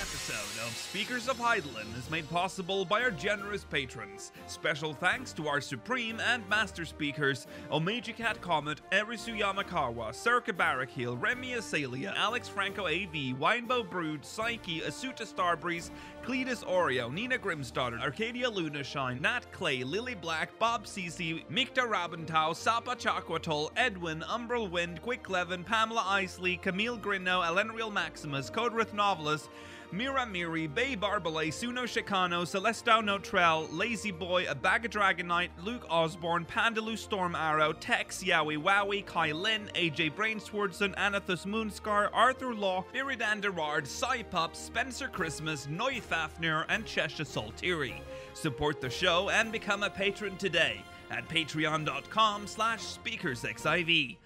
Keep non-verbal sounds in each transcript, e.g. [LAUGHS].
episode of Speakers of Heidelin is made possible by our generous patrons. Special thanks to our supreme and master speakers, Omeji Cat Comet, Erisu Yamakawa, Circa Barrackhill, Remy Asalia, Alex Franco AV, Winebow Brood, Psyche, Asuta Starbreeze, Cletus Oreo, Nina Grimsdotter, Arcadia Lunashine, Nat Clay, Lily Black, Bob Cece, Mikta Rabentau, Sapa Chakwatol, Edwin, Umbral Wind, Quick Levin, Pamela Isley, Camille Grinno, Elenriel Maximus, Codrith Novelist, Mira Miri, Bay Barbalay, Suno Chicano, Celestao Notrell, Lazy Boy, A Bag of Dragonite, Luke Osborne, Pandaloo Storm Arrow, Tex, Yowie Wowie, Kai Lin, AJ Brainswordson, Anathus Moonscar, Arthur Law, Biridan Derard, Cypup, Spencer Christmas, Noy Fafnir, and Cheshire Saltiri. Support the show and become a patron today at patreon.com slash speakersxiv.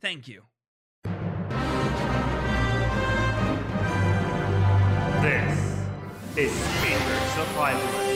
Thank you. This is Speakers of Highland.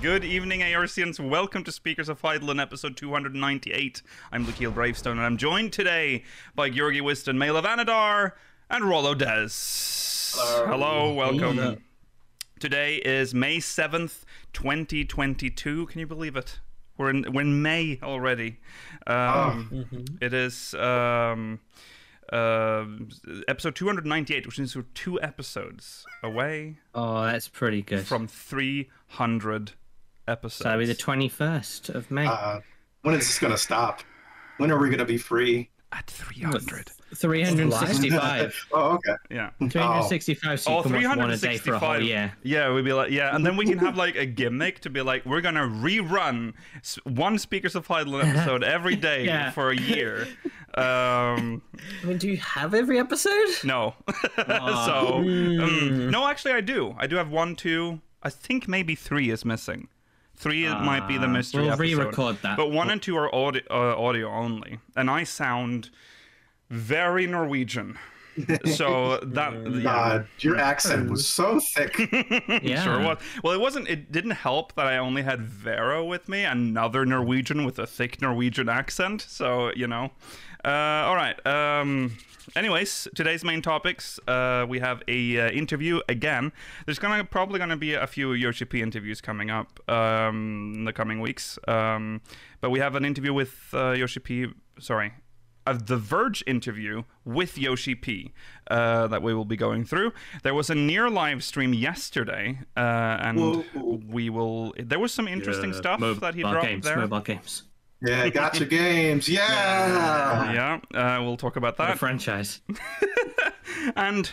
Good evening, Aorcians. Welcome to Speakers of Eidolon, episode 298. I'm Lakeel Bravestone, and I'm joined today by Georgi Wiston, Mela Vanadar, and Rollo Des. Hello, welcome. Today is May 7th, 2022. Can you believe it? We're in, we're in May already. Um, It is um, uh, episode 298, which means we're two episodes away Oh, that's pretty good. from 300 episodes. That'll be the 21st of May. uh, when is this going to stop? When are we going to be free? at 300. [LAUGHS] 365. Oh, okay. Yeah. 365, so you Or can watch one a day for a whole 365. year. Yeah, we'd be like, yeah, and then we can have like a gimmick to be like, we're gonna rerun s- one Speakers of Heidelin [LAUGHS] episode every day Yeah. for a year. Um, I mean, do you have every episode? no, [LAUGHS] Ah. so Hmm. mm, no, actually, I do. I do have one, two. I think maybe three is missing. Three might be the Ah, mystery. we'll episode. re-record that. But one and two are audio, uh, audio only, and I sound very Norwegian. So that yeah. God, Uh, your accent was so thick. [LAUGHS] Yeah. Sure was. Well, it wasn't. It didn't help that I only had Vera with me, another Norwegian with a thick Norwegian accent. So you know. Uh, all right. Um, anyways, today's main topics. Uh, we have a uh, interview again. There's gonna probably gonna be a few Yoshi P interviews coming up um, in the coming weeks. Um, but we have an interview with uh, Yoshi P. Sorry, of the Verge interview with Yoshi P uh, that we will be going through. There was a near live stream yesterday, uh, and Whoa. we will. There was some interesting Uh, stuff mobile that he dropped games, there. Mobile games. Yeah, [LAUGHS] gotcha games. Yeah. Yeah, uh, we'll talk about The that. franchise. And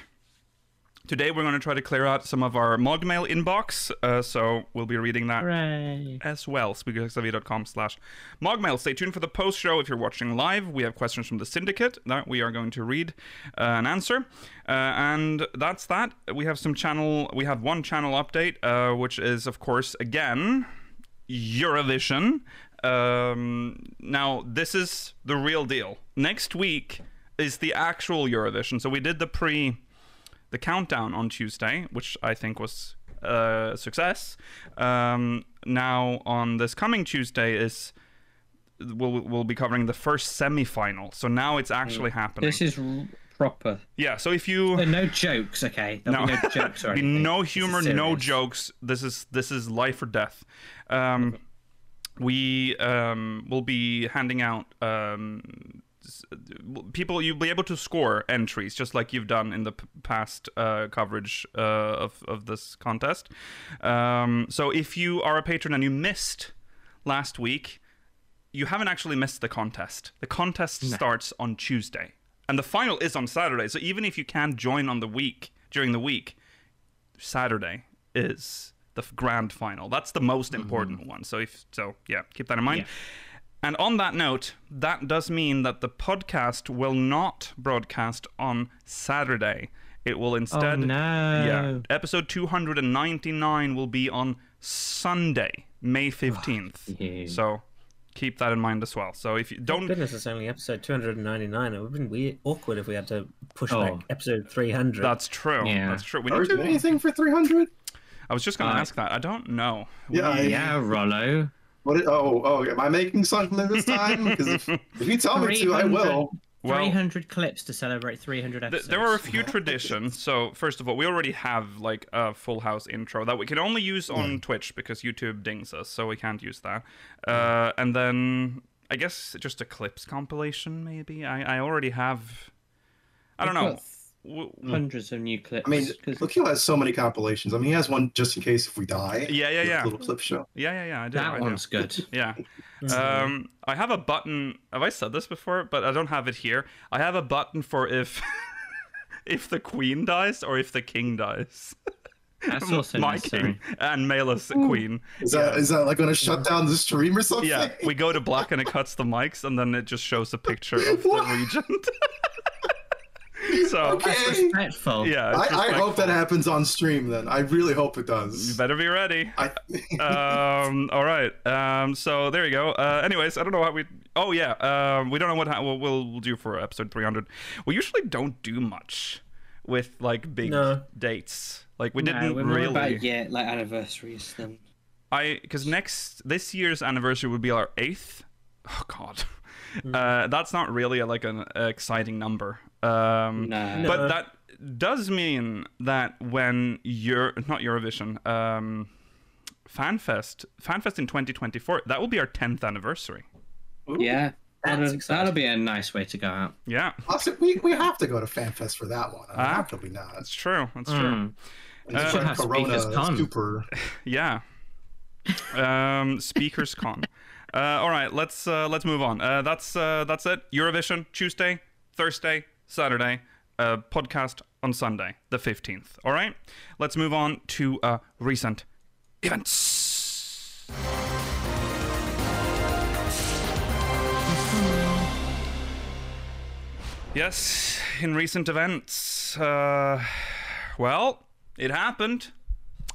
today we're going to try to clear out some of our Mogmail inbox, uh, so we'll be reading that Hooray. as well. SpeakersXIV.com slash Mogmail. Stay tuned for the post show if you're watching live. We have questions from the syndicate that we are going to read uh, and answer. Uh, and that's that. We have some channel, we have one channel update, uh, which is, of course, again, Eurovision. Um, now, this is the real deal. Next week is the actual Eurovision. So we did the pre the countdown on Tuesday, which I think was uh, a success. Um, now on this coming Tuesday is we'll we'll be covering the first semi-final. So now it's actually happening. Mm. This is r- proper. yeah. So if you There are no jokes, okay? There'll be no jokes or [LAUGHS] Be anything. no This is humor, no serious. jokes. This is this is life or death. Um, we um, will be handing out um, s- people. You'll be able to score entries, just like you've done in the p- past uh, coverage uh, of of this contest. Um, so if you are a patron and you missed last week, you haven't actually missed the contest. The contest starts on Tuesday, and the final is on Saturday. So even if you can join on the week during the week, Saturday is the f- grand final. That's the most important one. So if so, yeah, keep that in mind. And on that note, that does mean that the podcast will not broadcast on Saturday. It will instead. Oh Yeah. no. Episode 299 will be on Sunday, May 15th. Yeah. So keep that in mind as well. So if you don't Goodness, it's only episode 299. It would have been weird, awkward if we had to push Oh. back episode 300. that's true. Yeah. That's true. We Are we need doing to, anything for 300? I was just going to Uh, ask that. I don't know. Yeah. I- Yeah, Rollo. What? i- oh, oh, am I making something this time? Because if, if you tell me to, I will. 300 300 clips to celebrate 300 Th- episodes. there are a few traditions. So first of all, we already have like a Full House intro that we can only use on Twitch because YouTube dings us, so we can't use that. Uh, and then I guess just a clips compilation, maybe. I, I already have. I don't know. W- w- Hundreds of new clips. I mean, 'cause look, who has so many compilations. I mean, he has one just in case if we die. Yeah, yeah, His yeah. Little clip show. Yeah, yeah, yeah. I do. I that do. [LAUGHS] one's good. Yeah. Um, I have a button. Have I said this before? But I don't have it here. I have a button for if [LAUGHS] if the queen dies or if the king dies. That's also My necessary. king and Malus queen. Is that is that like going to shut down the stream or something? [LAUGHS] Yeah, we go to black and it cuts the mics, and then it just shows a picture of the What? [LAUGHS] regent. [LAUGHS] so Okay. Respectful. yeah, it's I, I hope respectful. that happens on stream then. I really hope it You does. better be ready. I, [LAUGHS] um, all right. Um, so there you go. Uh, anyways, I don't know how we. Oh yeah. Um, we don't know what ha- what we'll, we'll do for episode 300. We usually don't do much with like big No. dates. Like we no, didn't we're more really. about yeah, like anniversaries. Then I because next this year's anniversary would be our eighth. Oh God, uh, that's not really like an exciting number. Um, no, But No. that does mean that when you're not Eurovision, um, FanFest, FanFest in 2024, that will be our 10th anniversary. yeah, that'll, exciting. that'll be a nice way to go out. Yeah, also, we, we have to go to FanFest for that one. I mean, Ah. how could we not? that's true. That's true. Mm. And it's Uh, like Has to be Corona this [LAUGHS] con. super. Yeah. Um, speakers con. Uh, all right, let's uh, let's move on. Uh, that's uh, that's it. Eurovision Tuesday, Thursday, Saturday. Uh, podcast on Sunday, the fifteenth. All right, let's move on to uh, recent events. Yes, in recent events, uh, well, it happened.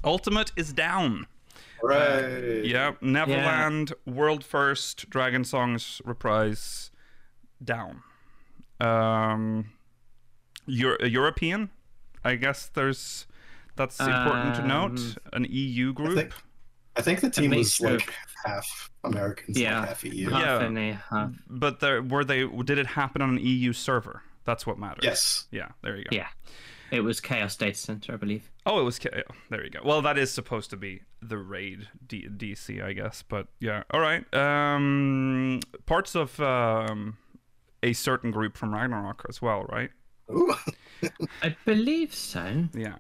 Ultimate is down. Right. Yeah, Neverland, world first, Dragon Songs reprise, down. Um, Euro- uh, European, I guess there's that's important to note. An EU group. Um, think- I think the team A was mixture like half Americans, Yeah. like half EU. Yeah. Half and a half. But there, were they? Did it happen on an EU server? That's what matters. Yes. Yeah. There you go. Yeah, it was Chaos Data Center, I believe. Oh, it was. K- oh, there you go. Well, that is supposed to be the raid D- DC, I guess. But yeah. All right. Um, parts of um, a certain group from Ragnarok as well, right? Ooh. I believe so. Yeah.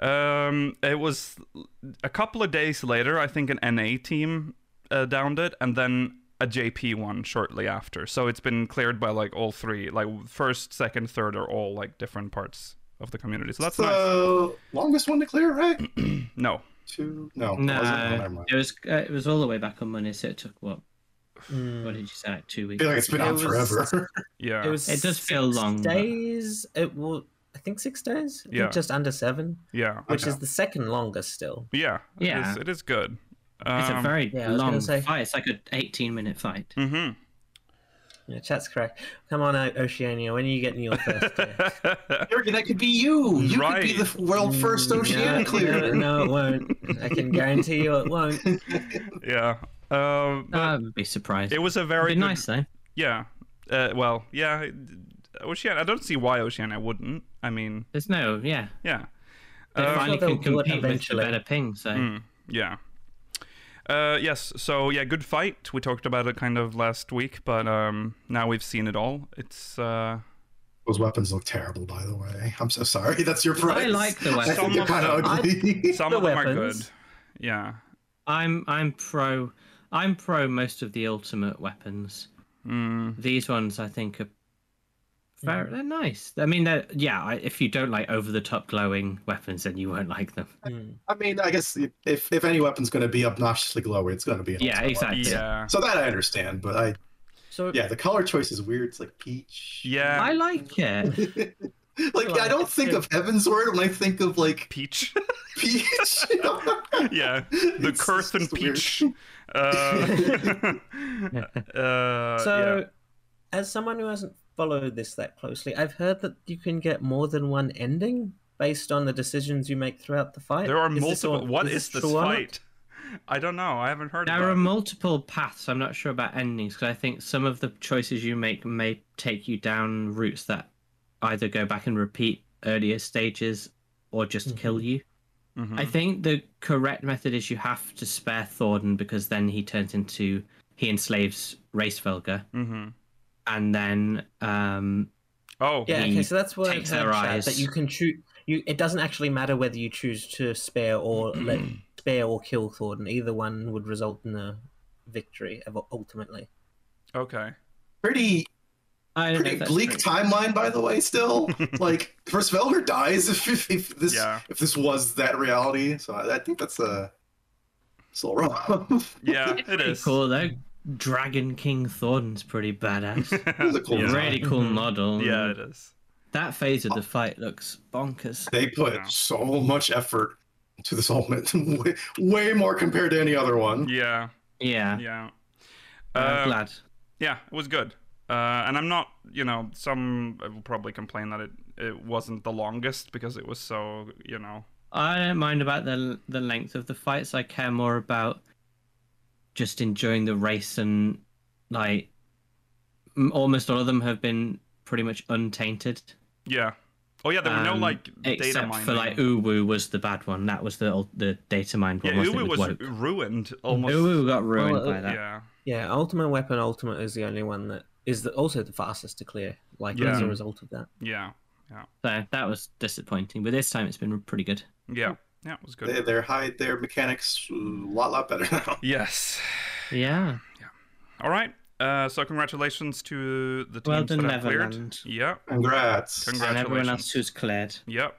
Um, it was a couple of days later, I think an NA team uh, downed it, and then a JP one shortly after. So it's been cleared by like all three, like first, second, third are all like different parts of the community. So that's nice. so longest one to clear, right? [CLEARS THROAT] No. Two. No. No, wasn't? Oh, never mind. it was uh, it was all the way back on Monday, so it took what? Mm. What did you say? Like two I weeks. feel like it's been It on was- forever. Yeah. It was. It does feel six long, but- Days. It was. I think six days. I think Yeah. Just under seven, yeah. which Okay. is the second longest still. Yeah. It Yeah. is, it is good. It's a Um, [LAUGHS] very yeah, I was gonna long say. fight. It's like an 18 minute fight. mhm. Yeah, chat's correct. Come on out, Oceania. When are you getting your [LAUGHS] first day? mm-hmm. Eric, that could be you. You could be Right. the f- world first Oceania Mm, no, no, clear. no, it won't. I can guarantee you it won't. [LAUGHS] [LAUGHS] yeah. Um, but I would be surprised. it It was a would very Uh, be good- nice though. Yeah. Uh, well, yeah. Oceania. I don't see why Oceania wouldn't. I mean, There's no, yeah. yeah. They Oh. Uh, finally Well, can they'll do it compete with the eventually. better ping. So Hmm. Mm, yeah. Uh, yes. So yeah, good fight. We talked about it kind of last week, but um, now we've seen it all. It's uh, Those weapons look terrible, by the way. I'm so sorry. [LAUGHS] That's your price. I like the [LAUGHS] I weapon. think they're kind of I- ugly. some The of them are good. weapons. Yeah. I'm I'm pro. I'm pro most of the ultimate weapons. Mm, These ones I think are very they're nice. I mean, they're, yeah. I, if you don't like over the top glowing weapons, then you won't like them. Mm. I mean, I guess if if any weapon's going to be obnoxiously glowy, it's going to be an Yeah, ultimate exactly. yeah. weapon. So that I understand, but I So yeah, the color choice is weird. It's [LAUGHS] like peach. Yeah. I like it. Like yeah, I don't think of Heaven's Word when I think of like [LAUGHS] Peach. [LAUGHS] peach. yeah, the It's curse and just weird. [LAUGHS] peach. Uh, uh, [LAUGHS] So, yeah. as someone who hasn't followed this that closely, I've heard that you can get more than one ending based on the decisions you make throughout the fight. there are Is this multiple. all- what is this true or not? fight? I don't know. I haven't heard. There about are it. multiple paths. I'm not sure about endings because I think some of the choices you make may take you down routes that either go back and repeat earlier stages or just kill Mm-hmm. you. Mhm. I think the correct method is you have to spare Thorden because then he turns into he enslaves Racefelger hmm and then um Oh, Yeah, He okay, so that's what I've takes heard, their Chad, eyes. that you can choose. You, it doesn't actually matter whether you choose to spare [CLEARS THROAT] or let spare or kill Thornton. Either one would result in a victory ev- ultimately. [LAUGHS] okay. Pretty I don't know pretty if that's bleak true. timeline, by the way. [LAUGHS] Still, like Versvelger dies [LAUGHS] if, if this Yeah. if this was that reality. So I, I think that's a it's all wrong. [LAUGHS] Yeah, it Pretty is. cool though. Dragon King Thornton's pretty badass. [LAUGHS] It was a cool Yeah. time. Really cool Mhm. model. Mm-hmm. Yeah, it Oh. is. That phase of the fight looks bonkers. They put Yeah. so much effort to this whole [LAUGHS] way, way more compared to any other one. Yeah, Yeah. yeah. I'm Uh, glad. yeah, it was good. Uh, and I'm not, you know, some will probably complain that it, it wasn't the longest because it was so, you know. I don't mind about the the length of the fights. I care more about just enjoying the race and like m- almost all of them have been pretty much untainted. Yeah. Oh yeah, there were no Um, like data except mining. for like Uwu was the bad one. That was the old, the data mined yeah, one. wasn't Uwe it, with was woke. ruined almost. Uwu got ruined Well, by that. Yeah. Yeah, Ultimate Weapon Ultimate is the only one that is the, also the fastest to clear. Like as Yeah. a result of that. Yeah. So that was disappointing. But this time it's been pretty good. Yeah. Yeah, it was good. They, their hide their mechanics a lot lot better now. Yes. Yeah. All right. Uh, so congratulations to the teams Well done, that have cleared. Neverland. Yeah. Congrats. Congrats. And everyone Congratulations. else who's cleared. Yep.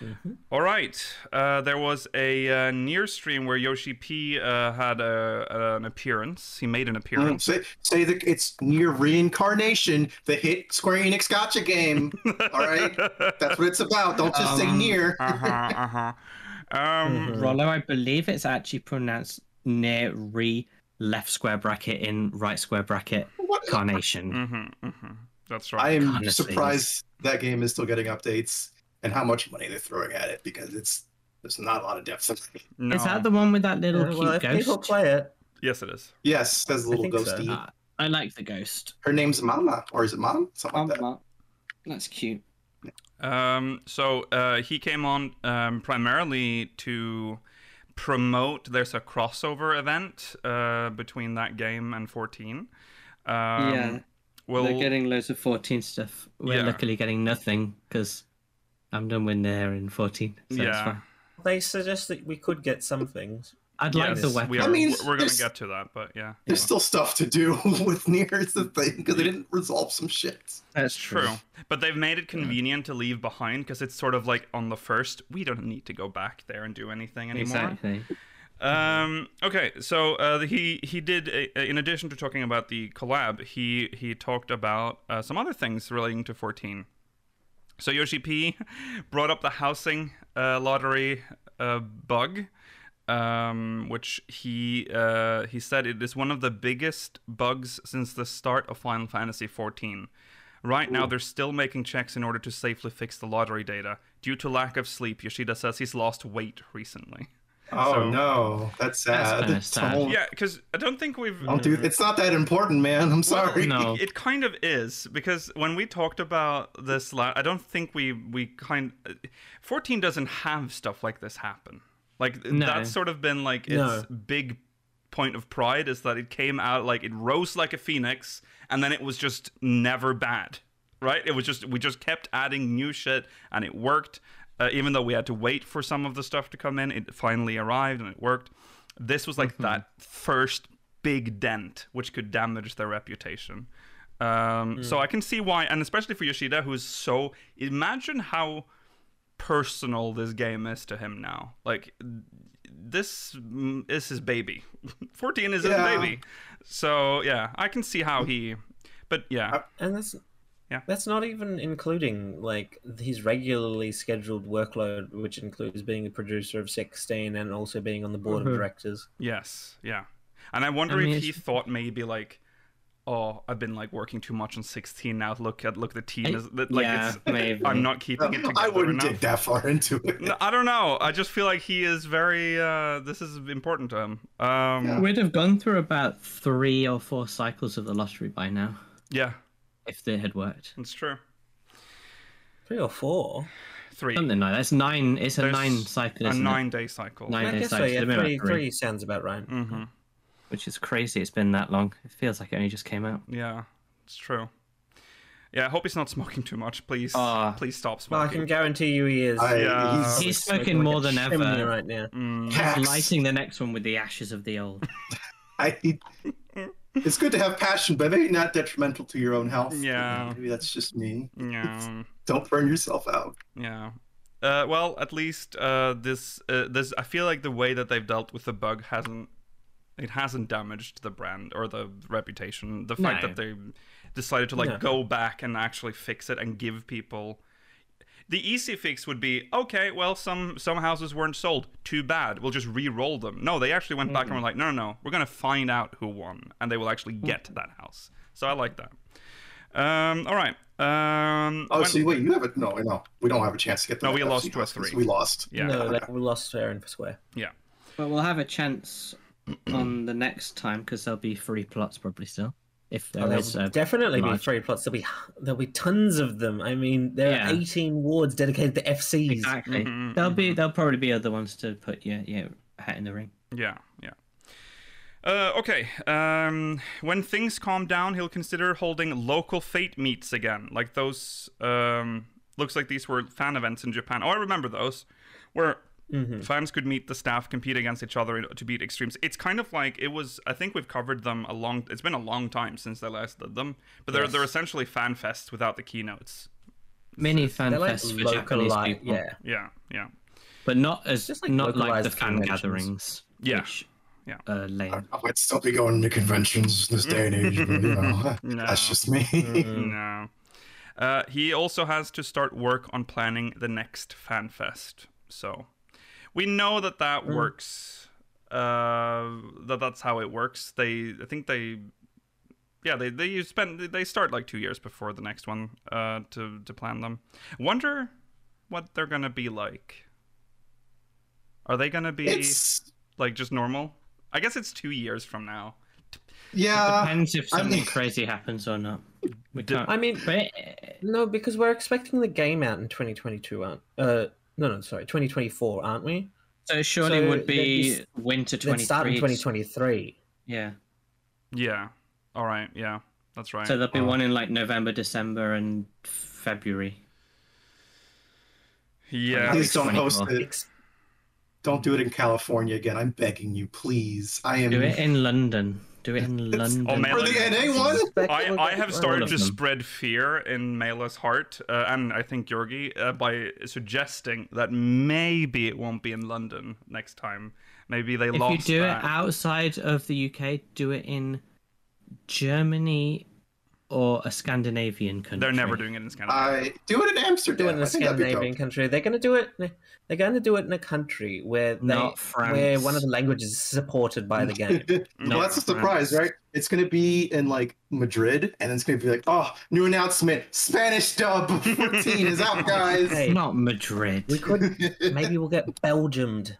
Mhm. All right. Uh, there was a uh, near stream where Yoshi P uh, had a, an appearance. He made an Mm, appearance. say say that it's near reincarnation. The hit Square Enix gotcha game. Mm. All right, [LAUGHS] that's what it's about. Don't just Um, say near. uh huh. Uh huh. [LAUGHS] Um, Mhm. Rollo, I believe it's actually pronounced near re left square bracket in right square bracket What? [LAUGHS] carnation. mm-hmm, hmm That's I right. am Honestly. surprised that game is still getting updates and how much money they're throwing at it because it's there's not a lot of depth. no. Is that the one with that little Yeah, Uh, well, if cute people ghost? play it, Yes, it is. [LAUGHS] yes, says a little think so. ghosty. Ah, I like the ghost. Her name's Mama, or is it Mom? Something like that. Um, That's cute. Um, so uh, he came on um, primarily to promote. There's a crossover event uh, between that game and 14. Um, yeah, Well, they're getting loads of 14 stuff. We're Yeah. luckily getting nothing because I'm done when they're in 14. So yeah. yeah. fine. they suggest that we could get some things. I'd like the Yes, weapon. we I are, mean, we're going to there's- get to that, but [LAUGHS] yeah. There's still stuff to do [LAUGHS] with near is the thing because they didn't resolve some shit. That's True. But they've made it convenient to leave behind because it's sort of like on the first, we don't need to go back there and do anything anymore. Exactly. Um, okay, so uh, the- he he did uh, in addition to talking about the collab, he he talked about uh, some other things relating to 14. So Yoshi P [LAUGHS] brought up the housing uh, lottery uh, bug, um, which he uh, he said it is one of the biggest bugs since the start of Final Fantasy 14. Right now, they're still making checks in order to safely fix the lottery data. Due to lack of sleep, Yoshida says he's lost weight recently. Oh So- no, that's That's sad. kinda sad. Don't, Yeah, because I don't think we've. don't do. It's not that important, man. I'm sorry. No. It kind of is because when we talked about this, la- I don't think we we kind. Fourteen doesn't have stuff like this happen. Like th- No. that's sort of been like its No. big point of pride is that it came out like it rose like a phoenix, and then it was just never bad. Right? It was just we just kept adding new shit, and it worked. Uh, even though we had to wait for some of the stuff to come in, it finally arrived and it worked. This was like that first big dent, which could damage their reputation. Um, So I can see why, and especially for Yoshida, who's so. Imagine how personal this game is to him now. Like this mm, is his baby. [LAUGHS] 14 is Yeah. his baby. So yeah, I can see how he. But yeah, And that's That's not even including like his regularly scheduled workload, which includes being a producer of sixteen and also being on the board Mhm. of directors. Yes, yeah. And I wonder I mean, if he it's- thought maybe like, oh, I've been like working too much on 16 now. Look at look the team I- is that- like yeah, it's, maybe. I'm not keeping it together [LAUGHS] I wouldn't enough. dig that far into it. No, I don't know. I just feel like he is very. uh This is important to him. Um, yeah. We'd have gone through about three or four cycles of the lottery by now if they had worked. it's true. Three or four. Three, Something like that. It's nine. It's a There's nine cycle. a Isn't nine day cycle. It? Nine I day guess so. cycle. Yeah, They've been about three, three, three sounds about right. Mm-hmm. which is crazy. It's been that long. It feels like it only just came out. Yeah, it's true. Yeah, I hope he's not smoking too much. Please, Ah. please stop Uh, Well, I can smoking. guarantee you he is. I, Yeah. he's- He's Smoking smoking like more a than ever. chimney right now. Mm. Hacks. Lighting the next one with the ashes of the old. I, it's good to have passion, but maybe not detrimental to your own health. Yeah. Maybe that's just me. Yeah. Don't burn yourself out. Yeah. Uh, well, at least uh, this uh, this I feel like the way that they've dealt with the bug hasn't it hasn't damaged the brand or the reputation. The fact No. that they decided to like No. go back and actually fix it and give people the easy fix would be okay. Well, some some houses weren't sold. Too bad. We'll just re-roll them. No, they actually went back and were like, no, no, no. We're gonna find out who won, and they will actually Mm. get that house. So I like that. Um, all right. Um, Oh, when- so wait, you have a no, no, we don't have a chance to get. The No, we next lost episode, to a 'cause three. We lost. yeah, No, like, we lost fair and square. yeah. [LAUGHS] but we'll have a chance on the next time because there'll be three plots probably still. If there Oh, there'll is, uh, definitely be large. three plots. There'll be there'll be tons of them. I mean, there Yeah. are eighteen wards dedicated to FCs. exactly. Mm-hmm, Mhm, there'll be there'll probably be other ones to put your your hat in the ring. Yeah, yeah. Uh, okay. Um, when things calm down, he'll consider holding local fate meets again, like those. Um, looks like these were fan events in Japan. Oh, I remember those, where fans could meet the staff, compete against each other in- to beat extremes. It's kind of like it was. I think we've covered them a long. It's been a long time since they last did them, but they're they're essentially fan fests without the keynotes. Mini fan They're like fest for Japanese localized. people, Yeah. Yeah, yeah, but not as Just like not like localized the fan conventions. gatherings. Yeah. which Yeah. are lame. I might still be going to conventions this day and age, but you [LAUGHS] know, No. [LAUGHS] that's just [LAUGHS] me. Mm. No. Uh, he also has to start work on planning the next FanFest. So we know that that works. Uh, that that's how it works. They, I think they, yeah, they they you spend they start like two years before the next one uh, to to plan them. Wonder what they're gonna be like. Are they gonna be It's like just normal? I guess it's two years from now. yeah. Depends if Uh, I mean- something crazy happens or not. We D- can't. I mean, but no, because we're expecting the game out in 2022, aren't? Uh, no, no, sorry, 2024, aren't we? so it surely So would be they'd be s- winter Then twenty start in three. 2023. Yeah. Yeah. All right. Yeah. That's right. Oh. So there'll be one in like November, December, and February. yeah. Please don't host it. Ex- Don't do it in California again. I'm begging you, please. I am. Do it in London. Do it in London. Oh, man, For the NA one? expect- I, I have started of to them. spread fear in Mela's heart, uh, and I think Yorgi, uh, by suggesting that maybe it won't be in London next time. Maybe they If lost you do that. it outside of the UK, do it in Germany or a Scandinavian country. They're never doing it in Scandinavia. I do it in Amsterdam. do it in I a think that'd be dope. [LAUGHS] Scandinavian country. They're going to do it. They're going to do it in a country where they, Not France. where one of the languages is supported by the game. [LAUGHS] No, well, that's a France. surprise, right? It's going to be in like Madrid, and it's going to be like, oh, new announcement: Spanish dub 14 is out, guys. Hey, Not Madrid. [LAUGHS] we could. [LAUGHS] Maybe we'll get Belgiumed.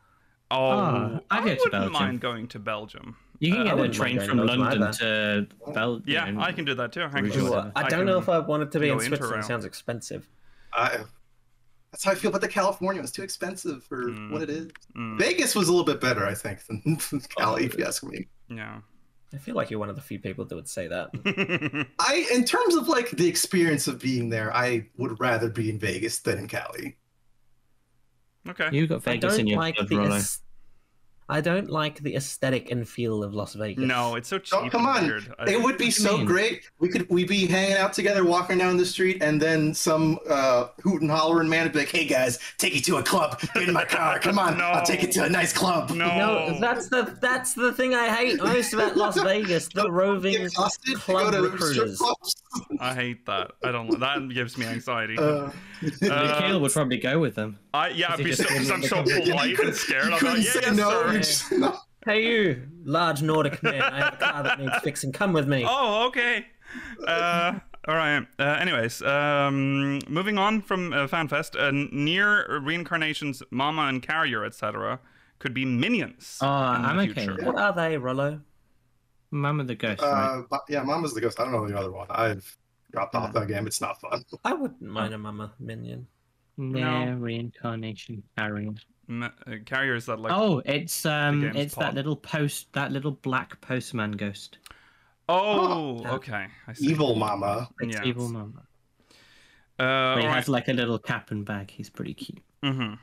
oh, Ah, I, I'd go to wouldn't Belgium. mind going to Belgium. you Uh, can I get a wouldn't train mind from going to London Belgium to Belgium. Yeah, I can do that too. Hang Sure. on. Sure. I don't know if I wanted to be go in into Switzerland. round. Sounds expensive. I, that's how I feel about the California. It's too expensive for Mm. what it is. Oh, Mm, Vegas was a little bit better, I think, than [LAUGHS] Cali, if you ask me. yeah. [LAUGHS] I feel like you're one of the few people that would say that. I, in terms of like the experience of being there, I would rather be in Vegas than in Cali. okay. You got I Vegas in don't your like blood, the. Rollo. aes- I don't like the aesthetic and feel of Las Vegas. No, it's so cheap. Oh, come and on. weird. I- It would be you so mean? great. We could we be hanging out together, walking down the street, and then some uh, hoot and hollering man would be like, "Hey guys, take you to a club. Get in my [LAUGHS] car. Come on, No. I'll take you to a nice club." no. No, that's the that's the thing I hate most about Las Vegas: [LAUGHS] the Get roving exhausted. to club go to strip recruiters. clubs. I hate that. I don't. li- That gives me anxiety. Uh, [LAUGHS] Uh, Nikhil would probably go with them. I, yeah, I'd he be just so, because I'm so yeah, couldn't- you polite and couldn't- scared. you I'm couldn't like, yeah, say yes, no. sir. You're [LAUGHS] just, [LAUGHS] no. Hey, you, large Nordic man, I have a car that needs fixing. Come with me. Oh, okay. Uh, all right. Uh, anyways, um, moving on from uh, FanFest, uh, near reincarnations, Mama and Carrier, etc., could be minions. Oh, Uh, in the I'm okay. future. with What that. are they, Rollo? Mama the ghost. right? Uh, but yeah, Mama's the ghost. I don't know the other one. I've dropped off that game. It's not fun. I wouldn't mind a mama minion. Nah, reincarnation carrying. M- uh, Carrier is that like? Oh, oh, it's um, game's it's pod. that little post, that little black postman ghost. Oh. okay. I see. Evil Mama. It's Yeah. evil mama. Uh, But he all right. has like a little cap and bag. He's pretty cute. Mhm.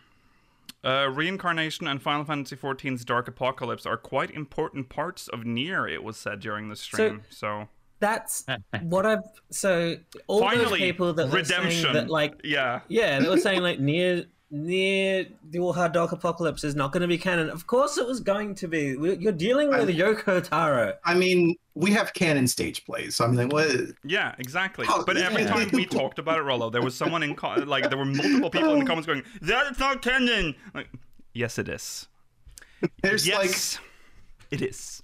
Uh, reincarnation and Final Fantasy XIV's Dark Apocalypse are quite important parts of Nier. It was said during the stream. So, [LAUGHS] That's what I've. So all those finally, people that were redemption. saying that, like, yeah, yeah, they were saying like near near the All Hard Dark Apocalypse is not going to be canon. Of course, it was going to be. We- You're dealing with Yoko [LAUGHS] Taro. I mean, we have canon stage plays, so I'm like, what? Yeah, exactly. Oh, but every yeah. time [LAUGHS] we talked about it, Rollo, there was someone in co- like there were multiple people in the comments going, "That's not canon." Like, yes, it is. There's like yes, it is.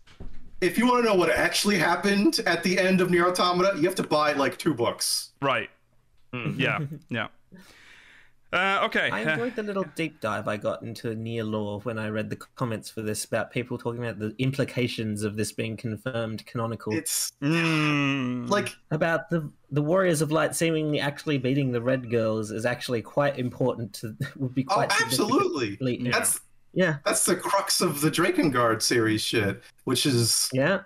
if you want to know what actually happened at the end of Nier Automata, you have to buy like two books. Right. Mm, [LAUGHS] Yeah. Yeah. Uh, okay. I uh, enjoyed the little deep dive I got into near lore when I read the comments for this about people talking about the implications of this being confirmed canonical. It's mm, like about the the Warriors of Light seemingly actually beating the Red Girls is actually quite important to [LAUGHS] would be oh, quite absolutely. significant. Yeah. That's yeah that's the crux of the Drakengard series shit, which is yeah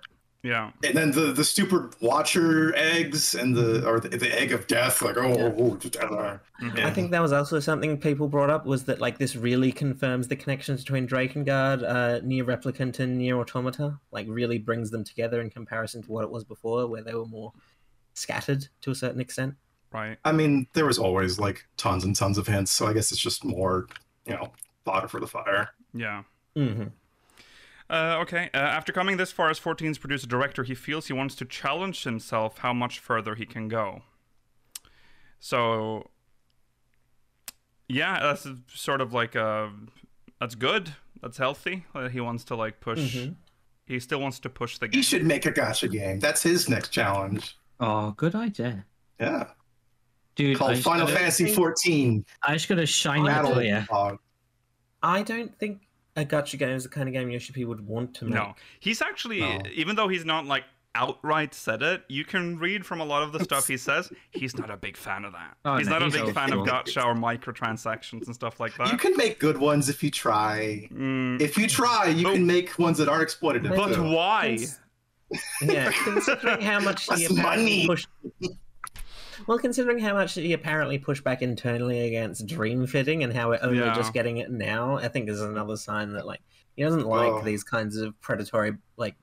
yeah. and then the the stupid Watcher eggs and the or the, the egg of death. Like oh, Yeah. oh, just- uh, Mhm. I think that was also something people brought up was that like this really confirms the connections between Drakengard, uh, near replicant and near automata. Like really brings them together in comparison to what it was before, where they were more scattered to a certain extent. Right. I mean, there was always like tons and tons of hints, so I guess it's just more you know fodder for the fire. Yeah. hmm Uh, okay. Uh, after coming this far as 14's producer director, he feels he wants to challenge himself how much further he can go. So, yeah, that's sort of like uh that's good. That's healthy. Uh, he wants to like push. Mhm. He still wants to push the He game. should make a gacha game. That's his next challenge. Oh, good idea, Yeah, dude. I called just Final got a- Fantasy XIV I just got a shiny Battle player. Dog. I don't think a gacha game is the kind of game Yoshipi would want to make. No, he's actually No. even though he's not like outright said it. You can read from a lot of the stuff he says. He's not a big fan of that. Oh, he's no, not he's a big old fan of school. gotcha or microtransactions and stuff like that. You can make good ones if you try. Mm, If you try, you But- can make ones that aren't exploitative. but though. why? Cons- [LAUGHS] Yeah, [LAUGHS] considering how much he That's money. apparently pushed. Well, considering how much he apparently pushed back internally against dream fitting and how we're only Yeah. just getting it now, I think is another sign that like he doesn't like Well. these kinds of predatory like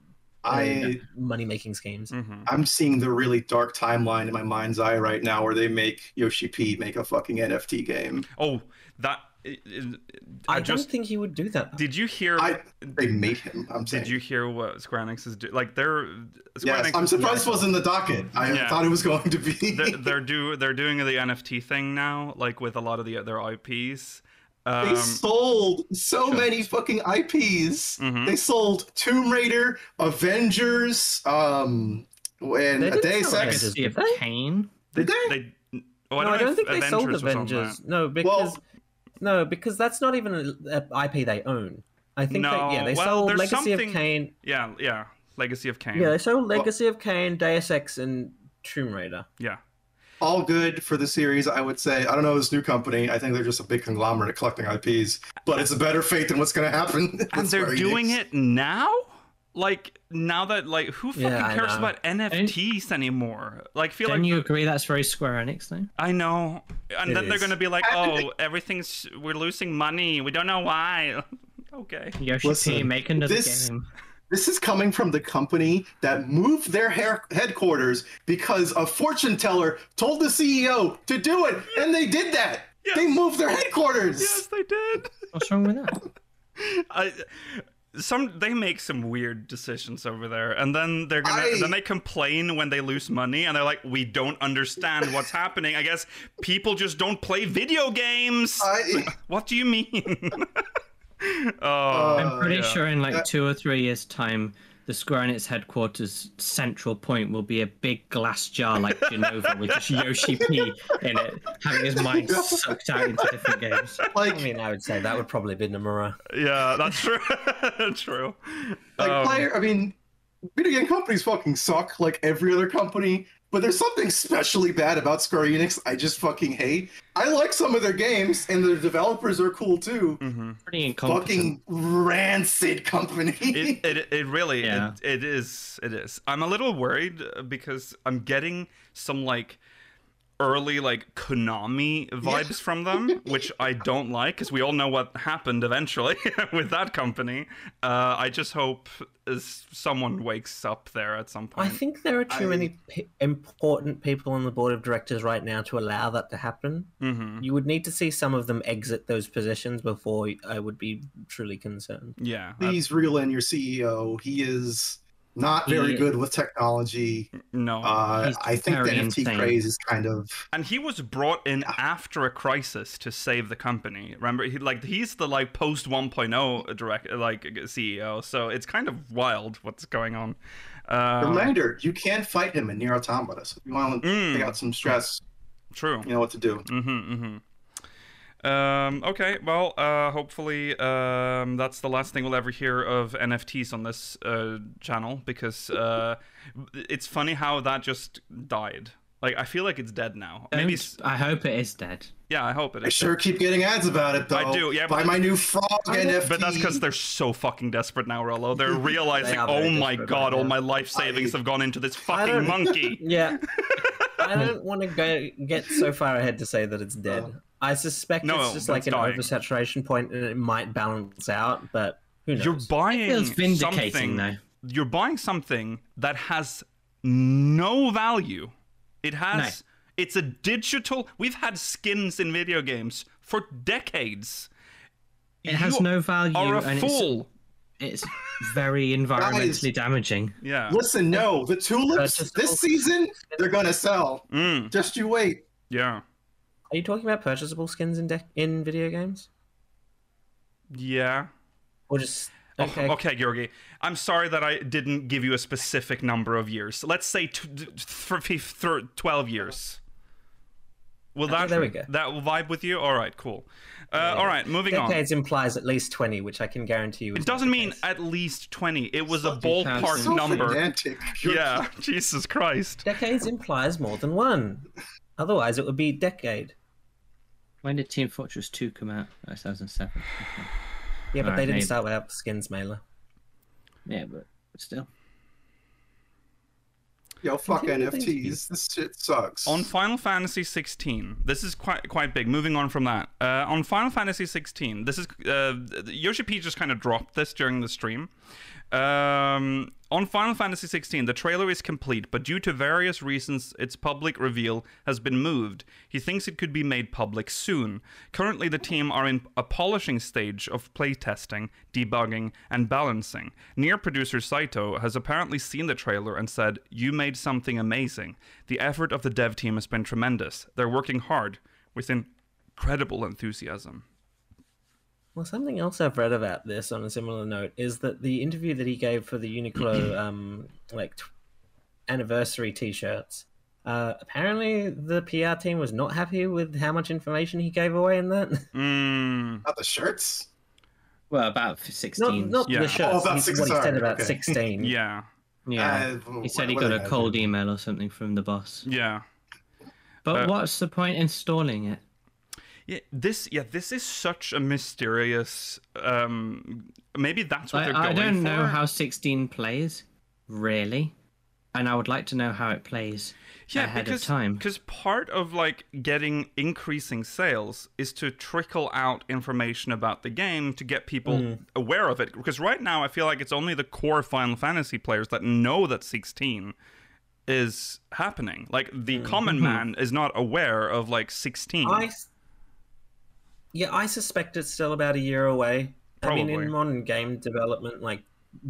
Oh. I money making schemes. Mhm. I'm seeing the really dark timeline in my mind's eye right now, where they make Yoshi P make a fucking NFT game. Oh, that I- I, I I, just don't think he would do that. did you hear? I they made him. I'm saying. did you hear what Square Enix is do? Like they're Square Yes, Enix I'm is- surprised it was in the docket. I Yeah. thought it was going to be. They're, they're do they're doing the NFT thing now, like with a lot of the their IPs. They Um, sold so many fucking IPs. Mhm. They sold Tomb Raider, Avengers, um, and They Deus did sell Ex. Avengers. Legacy of Did they? Cain. Did they? they, oh, No, I don't, I know don't if think they sold Avengers was on Avengers. that. No, because no, because that's not even an IP they own. I think that, yeah, No, they well, sold there's Legacy something- of Kane. Yeah, yeah. Legacy of Kain. Yeah, Yeah. they sold Legacy of Kane, Deus Ex, and Tomb Raider. all good for the series, I would say. I don't know this new company. I think they're just a big conglomerate collecting IPs, but it's a better fate than what's going to happen. [LAUGHS] with And they're Square doing Enix. it now? Like now that like who fucking Yeah, I cares know. about NFTs anymore? Like feel Don't like you agree that's very Square Enix though? I know. And It then they're is. going to be like, I "Oh, think- everything's we're losing money. We don't know why." [LAUGHS] Okay. Yoshi P, Listen, make another this- game. This is coming from the company that moved their hair headquarters because a fortune teller told the CEO to do it, and they did that. Yes. They moved their headquarters. Yes, they did. What's wrong with that? [LAUGHS] I, some they make some weird decisions over there, and then they're gonna I- then they complain when they lose money, and they're like, "We don't understand [LAUGHS] what's happening." I guess people just don't play video games. I, What do you mean? [LAUGHS] oh, uh, I'm pretty yeah. sure in like two or three years' time, the Square Enix headquarters central point will be a big glass jar [LAUGHS] like Genova with just Yoshi P in it, having his mind sucked out into different games. like, I mean, I would say that would probably be Nomura. yeah, that's [LAUGHS] true. true. like Um, player. I mean, video game companies fucking suck, like every other company. But there's something specially bad about Square Enix. I just fucking hate. I like some of their games, and their developers are cool too. mhm. Pretty incompetent. Fucking rancid company. [LAUGHS] [LAUGHS] it, it, it really Yeah. it, it is it is i'm a little worried uh, because i'm getting some like early like konami vibes from them which i don't like because we all know what happened eventually [LAUGHS] with that company uh, i just hope uh, someone wakes up there at some I point think there are too I- many p- important people on the board of directors right now to allow that to happen. hmm You would need to see some of them exit those positions before I would be truly concerned. yeah that- Please reel in your CEO. He is not very He- good with technology. no Uh, He's I think the very NFT insane. craze is kind of and he was brought in after a crisis to save the company remember he like he's the like post 1.0 direct like ceo so it's kind of wild what's going on uh, reminder. You can fight him in Nier Automata. So if you want to Mm. take out some stress, true you know what to do. hmm hmm Um, okay, well, uh, hopefully um, that's the last thing we'll ever hear of NFTs on this uh, channel because uh, it's funny how that just died. Like, I feel like it's dead now. Maybe, Don't- s- I hope it is dead. yeah, I hope it I is. sure keep getting ads about it though. I do, yeah, Buy but- my new frog NFT. But that's because they're so fucking desperate now, Rollo. [LAUGHS] They're realizing, are very oh my desperate god, right all now. my life savings have gone into this fucking don't- [LAUGHS] monkey. Yeah. I don't want to go get so far ahead to say that it's dead. I suspect Oh. No, it's just it's like an dying. oversaturation point and it might balance out, but who knows? You're buying Feels vindicating something. though. You're buying something that has no value. It has. It's a digital. We've had skins in video games for decades. It has You no value Are a and fool. it's it's [LAUGHS] very environmentally damaging. Yeah. Listen, no, the tulips Purchasable. this season they're gonna sell. Mm, Just you wait. yeah. Are you talking about purchasable skins in dec in video games? Yeah. Or just Oh, okay? Okay. Georgi. I'm sorry that I didn't give you a specific number of years. Let's say t- t- th- th- th- 12 years. Will Okay, that there we go. that will vibe with you? All right, cool. Uh, all right, moving on. Decades implies at least twenty, which I can guarantee you. It doesn't mean at least 20. It was a ballpark thousand. So number. romantic. You're- Yeah, [LAUGHS] Jesus Christ. decades implies more than one. Otherwise, it would be decade. When did Team Fortress 2 come out? Oh, 2007. Okay. Yeah, but Alright, they didn't maybe. start without skins, Mailer. Yeah, but still. Yo, fuck Continue, thank you. NFTs. This shit sucks. On Final Fantasy 16, this is quite quite big. Moving on from that, uh, on Final Fantasy 16, this is uh, Yoshi P just kind of dropped this during the stream. Um, on Final Fantasy 16, the trailer is complete, but due to various reasons, its public reveal has been moved. He thinks it could be made public soon. Currently, the team are in a polishing stage of playtesting, debugging, and balancing. Near producer Saito has apparently seen the trailer and said, You made something amazing. The effort of the dev team has been tremendous. They're working hard with incredible enthusiasm. Well, something else I've read about this on a similar note is that the interview that he gave for the [CLEARS THROAT] Uniqlo um, like t- anniversary T-shirts. Uh, apparently, the PR team was not happy with how much information he gave away in that. [LAUGHS] Mm, not the shirts. Well, about Not, 16. not Yeah. the shirts. Oh, about he- six- what he said sorry, about okay. [LAUGHS] sixteen. yeah, yeah. Uh, he said he what are got they a gonna cold email or something from the boss. yeah. But Uh, what's the point installing it? Yeah, this yeah, this is such a mysterious. Um, maybe that's what I, they're I going don't know for. how 16 plays, really. and I would like to know how it plays ahead because, of time. Because part of like getting increasing sales is to trickle out information about the game to get people aware of it. Because right now I feel like it's only the core Final Fantasy players that know that 16 is happening. Like the Mm-hmm. common man is not aware of like 16. I, s- yeah, I suspect it's still about a year away. I mean, Probably. in modern game development, like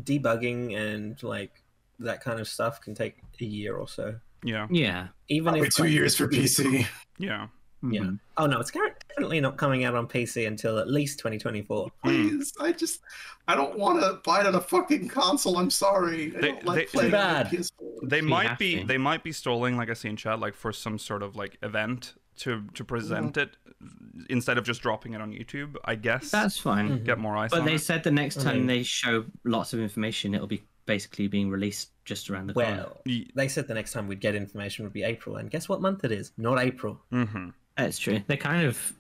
debugging and like that kind of stuff can take a year or so. yeah. yeah. Even Probably if two like, years for PC. Yeah. Yeah. Mhm. Oh no, it's current- definitely not coming out on PC until at least 2024. Mm. Please, I just, I don't want to buy it on a fucking console. I'm sorry. I They- don't like they- playing on Bad. the PS4. they You might have be to. they might be stalling like i see in chat like for some sort of like event to to present it instead of just dropping it on youtube i guess That's fine. get more eyes But on they it. said the next time mean- they show lots of information, it'll be basically being released just Oh. around the corner. Well, Ye- they said the next time we'd get information would be April, and guess what month it is? Not April. Mhm. That's true. They're kind of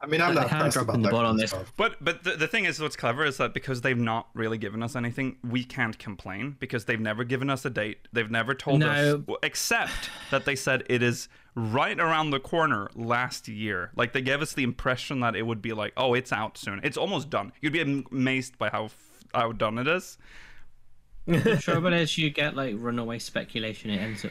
I mean, I'm They not haven't pressed dropped about in the that ball on kind of this. stuff. but but the, the thing is what's clever is that because they've not really given us anything we can't complain because they've never given us a date they've never told us No. w- except that they said it is right around the corner last year like they gave us the impression that it would be like oh it's out soon it's almost done you'd be am- amazed by how f- how done it is sure, but as you get like runaway speculation, it ends up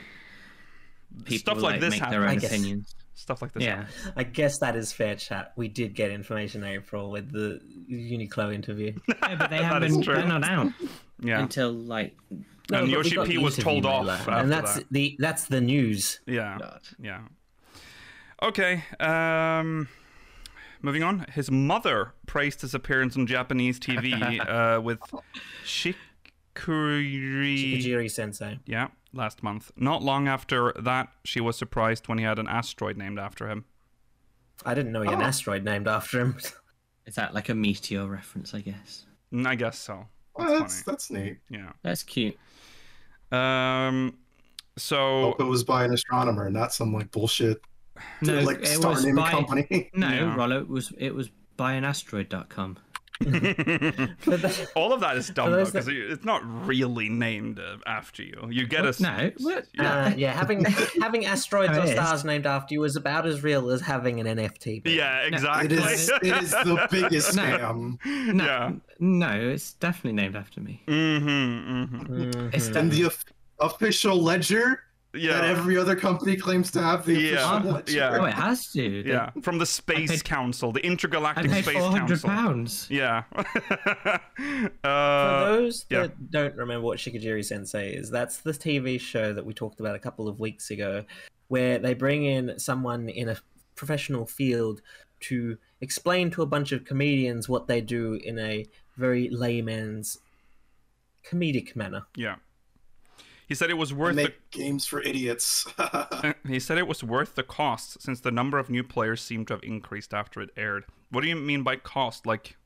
people Stuff like this make their happens. I own guess. opinions. stuff like this Yeah, I guess that is fair chat. We did get information in April with the Uniqlo [LAUGHS] interview. [LAUGHS] yeah but they is haven't. true. They're not out yeah until like No, And but we Yoshi got P the was interview told off mail, after and that's that. the that's the news. Yeah. Yeah. Okay. Um, moving on. His mother praised his appearance on Japanese TV uh, with Shikuri. Jiri Sensei. Yeah, last month. Not long after that, she was surprised when he had an asteroid named after him. I didn't know he had an asteroid named after him. is that like a meteor reference? I guess Mm, I guess so. That's Well, that's, funny. that's neat. Yeah. that's cute. Um. So Hope it was by an astronomer, not some like bullshit No, like it star was naming by company. [LAUGHS] no, Yeah. Rollo it was it was by [LAUGHS] an asteroid.com. But that- all of that is dumb For though, those that- because it's not really named uh, after you. You get a No, what? [LAUGHS] uh, yeah, having having asteroids Oh, or it is. stars named after you is about as real as having an NFT. but Yeah, It exactly. [LAUGHS] is, it is the biggest No. scam. no, Yeah. no, it's definitely named after me. Mm-hmm, mm-hmm. mm. It's And definitely the of- official ledger Yeah. that every other company claims to have the Yeah. Uh-huh. official ledger. Yeah. oh, it has to. They- Yeah, from the Space paid- Council, the I Intergalactic paid Space four hundred Council. pounds. Yeah. [LAUGHS] For uh, those yeah. that don't remember what Shikajiri Sensei is, that's the TV show that we talked about a couple of weeks ago, where they bring in someone in a professional field to explain to a bunch of comedians what they do in a very layman's comedic manner. yeah. He said it was worth Make games for idiots. [LAUGHS] the [LAUGHS] he said it was worth the cost since the number of new players seemed to have increased after it aired. What do you mean by cost? Like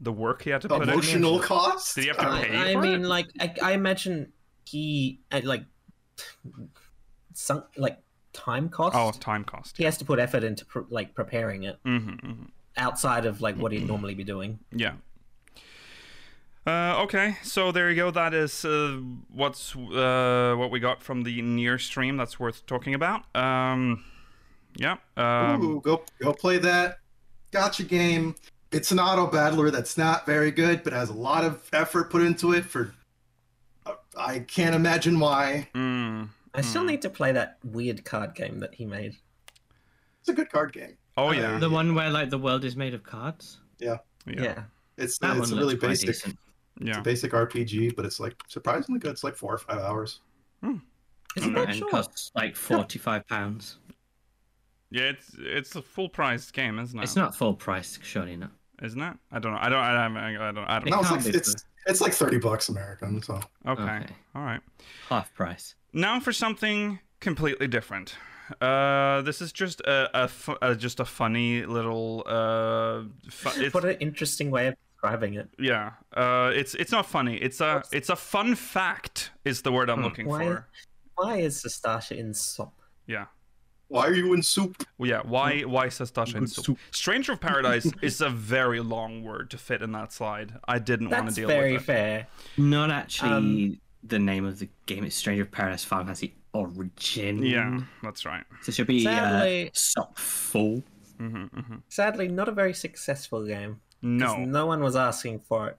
the work he had to put in? Emotional cost. Did he have to Uh, pay I, I for mean, it? like, I, I imagine he uh, like sunk like time cost. Oh, time cost. He has to put effort into pr- like preparing it Mm-hmm, hmm outside of like what he'd normally be doing. Yeah. Uh, okay, so there you go. That is uh, what's uh, what we got from the near stream. That's worth talking about. Um, yeah. Um, Ooh, go go play that gotcha game. It's an auto battler that's not very good, but has a lot of effort put into it. For uh, I can't imagine why. mm. I still need to play that weird card game that he made. It's a good card game. Oh yeah. The one where like the world is made of cards. Yeah. It's That it's one a really looks quite basic, decent. it's yeah. a basic RPG, but it's like surprisingly good. It's like four or five hours. Isn't that and short? costs like forty-five pounds. Yeah. It's it's a full price game, isn't it? It's not full price, surely not. Isn't it? I don't know. I don't. I don't. I don't. I don't It know. No, it's can't like be it's it's like thirty bucks American. So Okay. okay. All right. half price. Now for something completely different. Uh, this is just a, a fu- uh, just a funny little uh. Fu- it's- What an interesting way of describing it. Yeah, uh, it's it's not funny. It's a it's a fun fact is the word I'm looking Why- for. Why is Sastasha in sop? Yeah, why are you in soup? well, yeah. Why why Sastasha and soup? Stranger of Paradise is a very long word to fit in that slide. I didn't want That's to deal very with it. fair. Um, Not actually the name of the game is Stranger of Paradise Final Fantasy Origin. Yeah, that's right. So it should be uh, Sadly- Stop Full. Sadly, not a very successful game. 'cause Mm-hmm, No, No one was asking for it.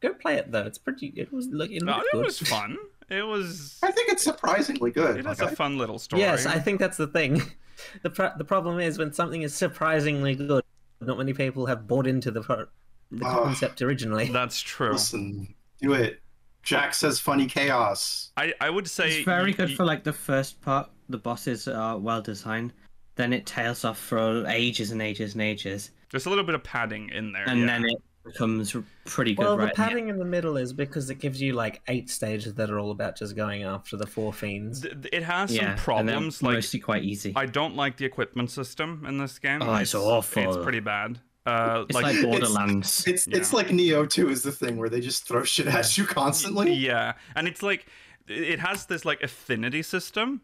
Go play it though. It's pretty. It was look. It, No, looked Oh, it good. was fun. It was. I think it's surprisingly good. It Like, has I a fun little story. Yes, I think that's the thing. [LAUGHS] The pro- the problem is when something is surprisingly good, not many people have bought into the pro- the Ah. concept originally. that's true. Listen, do it. Jack says funny chaos. I, I would say It's very you- good you- for like the first part. The bosses are well designed. Then it tails off for ages and ages and ages, There's a little bit of padding in there, and yeah. then it becomes r- pretty good. well, right the at the end. padding in the middle is because it gives you like eight stages that are all about just going after the four fiends. Th- th- it has yeah, some problems. and they're Like mostly quite easy. I don't like the equipment system in this game. Oh, it's awful. It's pretty bad. Uh, it's like, like, it's- Borderlands. It's it's Yeah. like Neo 2 is the thing where they just throw shit at you [LAUGHS] constantly. yeah, and it's like it has this like affinity system.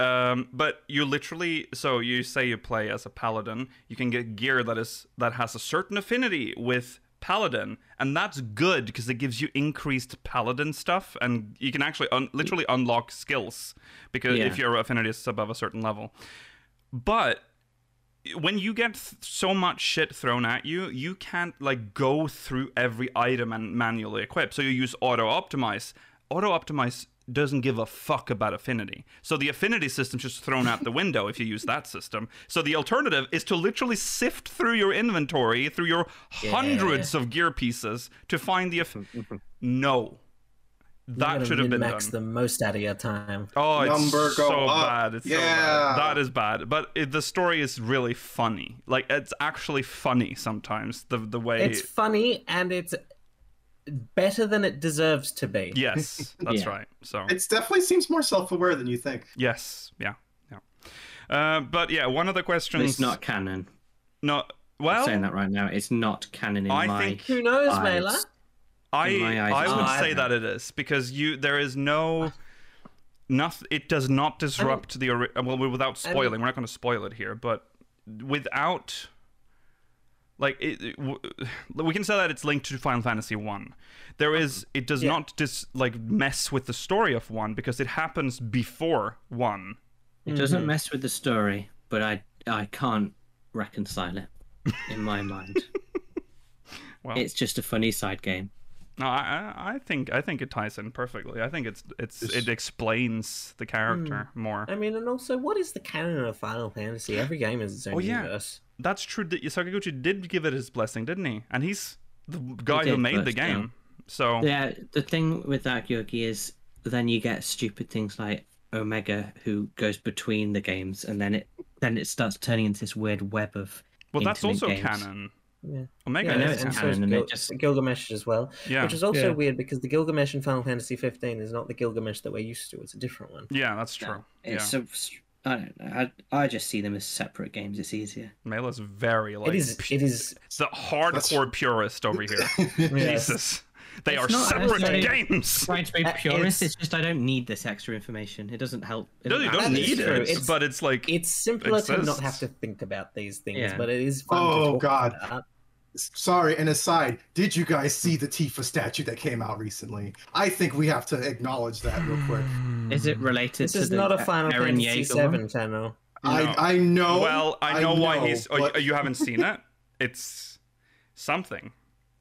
Um, but you literally so you say you play as a paladin, you can get gear that is that has a certain affinity with paladin, and that's good because it gives you increased paladin stuff, and you can actually un- literally unlock skills because Yeah. if your affinity is above a certain level. But when you get th- so much shit thrown at you, you can't like go through every item and manually equip. So you use auto optimize. Auto optimize doesn't give a fuck about affinity. So the affinity system's just thrown out the window if you use that system. So the alternative is to literally sift through your inventory, through your hundreds of gear pieces to find the aff- no. That should have been done. max the most out of your time. Oh, Number it's go so up. bad. It's so Yeah. bad. That is bad. But it, the story is really funny. Like it's actually funny sometimes. The the way. It's funny and it's better than it deserves to be. [LAUGHS] yes, that's Yeah. right. So It definitely seems more self-aware than you think. yes, yeah, yeah. Uh, but yeah, one of the But questions. it's not canon. No. I'm Well, saying that right now, it's not canon in I my. think Who knows, eyes. Mela? I in my eyes, I it's would not say happening. that it is because you there is no. Nothing. It does not disrupt the ori- well. we- Without spoiling, we're not going to spoil it here, but without like it, it- w- we can say that it's linked to Final Fantasy One. There is it does not dis, like mess with the story of one because it happens before one. It Mm-hmm. doesn't mess with the story, but I I can't reconcile it in [LAUGHS] my mind. Well. It's just a funny side game. No, I, I I think I think it ties in perfectly. I think it's it's it explains the character more. I mean, and also, what is the canon of Final Fantasy? Every game is its own Oh, yeah. universe. That's true. That Sakaguchi did give it his blessing, didn't he? And he's the guy who did made the first, yeah. game. So Yeah, the thing with that Yogi is then you get stupid things like Omega who goes between the games and then it then it starts turning into this weird web of well, that's also interlinked games. canon. Yeah. Omega Yeah, I know is it's and so canon. is canon, and Gil- it just- Gilgamesh as well. Yeah. Which is also Yeah. weird because the Gilgamesh in Final Fantasy 15 is not the Gilgamesh that we're used to. It's a different one. Yeah, that's true. Yeah, It's a, I don't know. I, I just see them as separate games. It's easier. Mela's very like it is. [LAUGHS] pu- It is. the hardcore purist over [LAUGHS] here. [LAUGHS] yes. Jesus, they It's are not separate necessarily- [LAUGHS] games. Trying to be Uh, purist, it's- it's just I don't need this extra information. It doesn't help. It No, you doesn't don't That is need true. it, It's- but it's like It's simpler to not have exists. to think about these things, Yeah. but it is fun. to Oh, talk God. about. Sorry, and aside, did you guys see the Tifa statue that came out recently? I think we have to acknowledge that real quick. [SIGHS] Is Mm-hmm. it related This to is the not a Eren Final Fantasy Yeager one? VII channel. No. I I know. well, I know why he's. oh, but- you haven't seen [LAUGHS] it. It's something.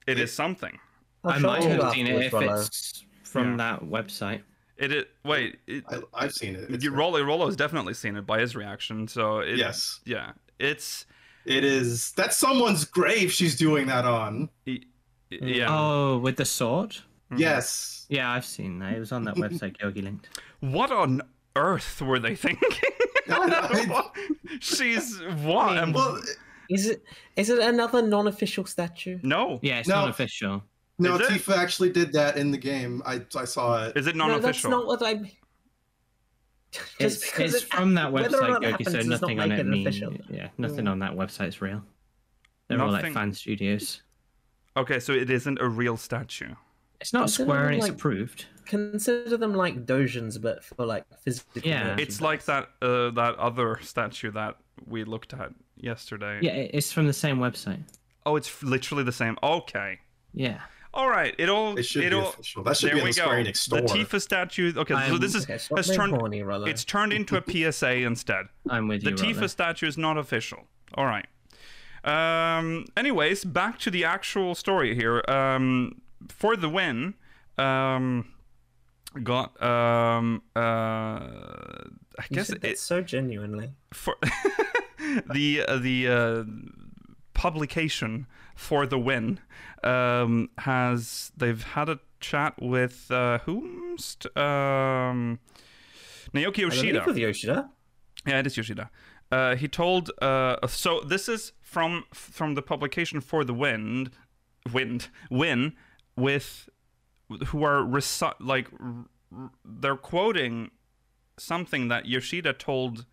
It is something. I'll I show might you have seen it if afterwards, Rollo. it's from that website. It is. Wait. It, I, I've seen it. It's- You, Rollo, Rollo's definitely seen it by his reaction. So it, Yes. yeah, it's It is. That's someone's grave she's doing that on. y- Mm. yeah. Mm. Oh, with the sword? Hmm. Yes. Yeah, I've seen that. It [LAUGHS] was on that website Yogi linked. What on earth were they [LAUGHS] thinking? I- She's what? And- Well, Is it? Is it another non-official statue? no. Yeah, it's No. not official. no, Is it? Tifa actually did that in the game. I I saw it. Is it No, that's non-official? not what I. [LAUGHS] Just It's, because it's it- from that whether or website not it Yogi, so happens does not nothing on make it it means. official. Yeah, nothing on that website's real. They're all like Nothing- fan studios. okay, so it isn't a real statue. It's not Isn't it Square all, Enix like- approved. Consider them like dojins, but for like physical. Yeah. versions. It's like that uh, that other statue that we looked at yesterday. Yeah, it- it's from the same website. Oh, it's f- literally the same. Okay. Yeah. All right, it all It should it be all, official. That should there be in we the go. Square Enix store. The Tifa statue. Okay, so I'm- this is okay, stop has being turned. horny, Rollo. It's turned into a [LAUGHS] PSA instead. I'm with The you. Tifa Rollo. statue is not official. All right. Um, anyways, back to the actual story here. Um, for the win, um, got um, uh, I You guess said that it's so genuinely. for [LAUGHS] the uh, the uh, publication for the win um, has they've had a chat with uh, whomst um, Naoki I believe with Yoshida. Yoshida. Yeah, it is Yoshida. Uh, he told uh, so this is from from the publication for the wind wind win with who are reci- like r- r- they're quoting something that Yoshida told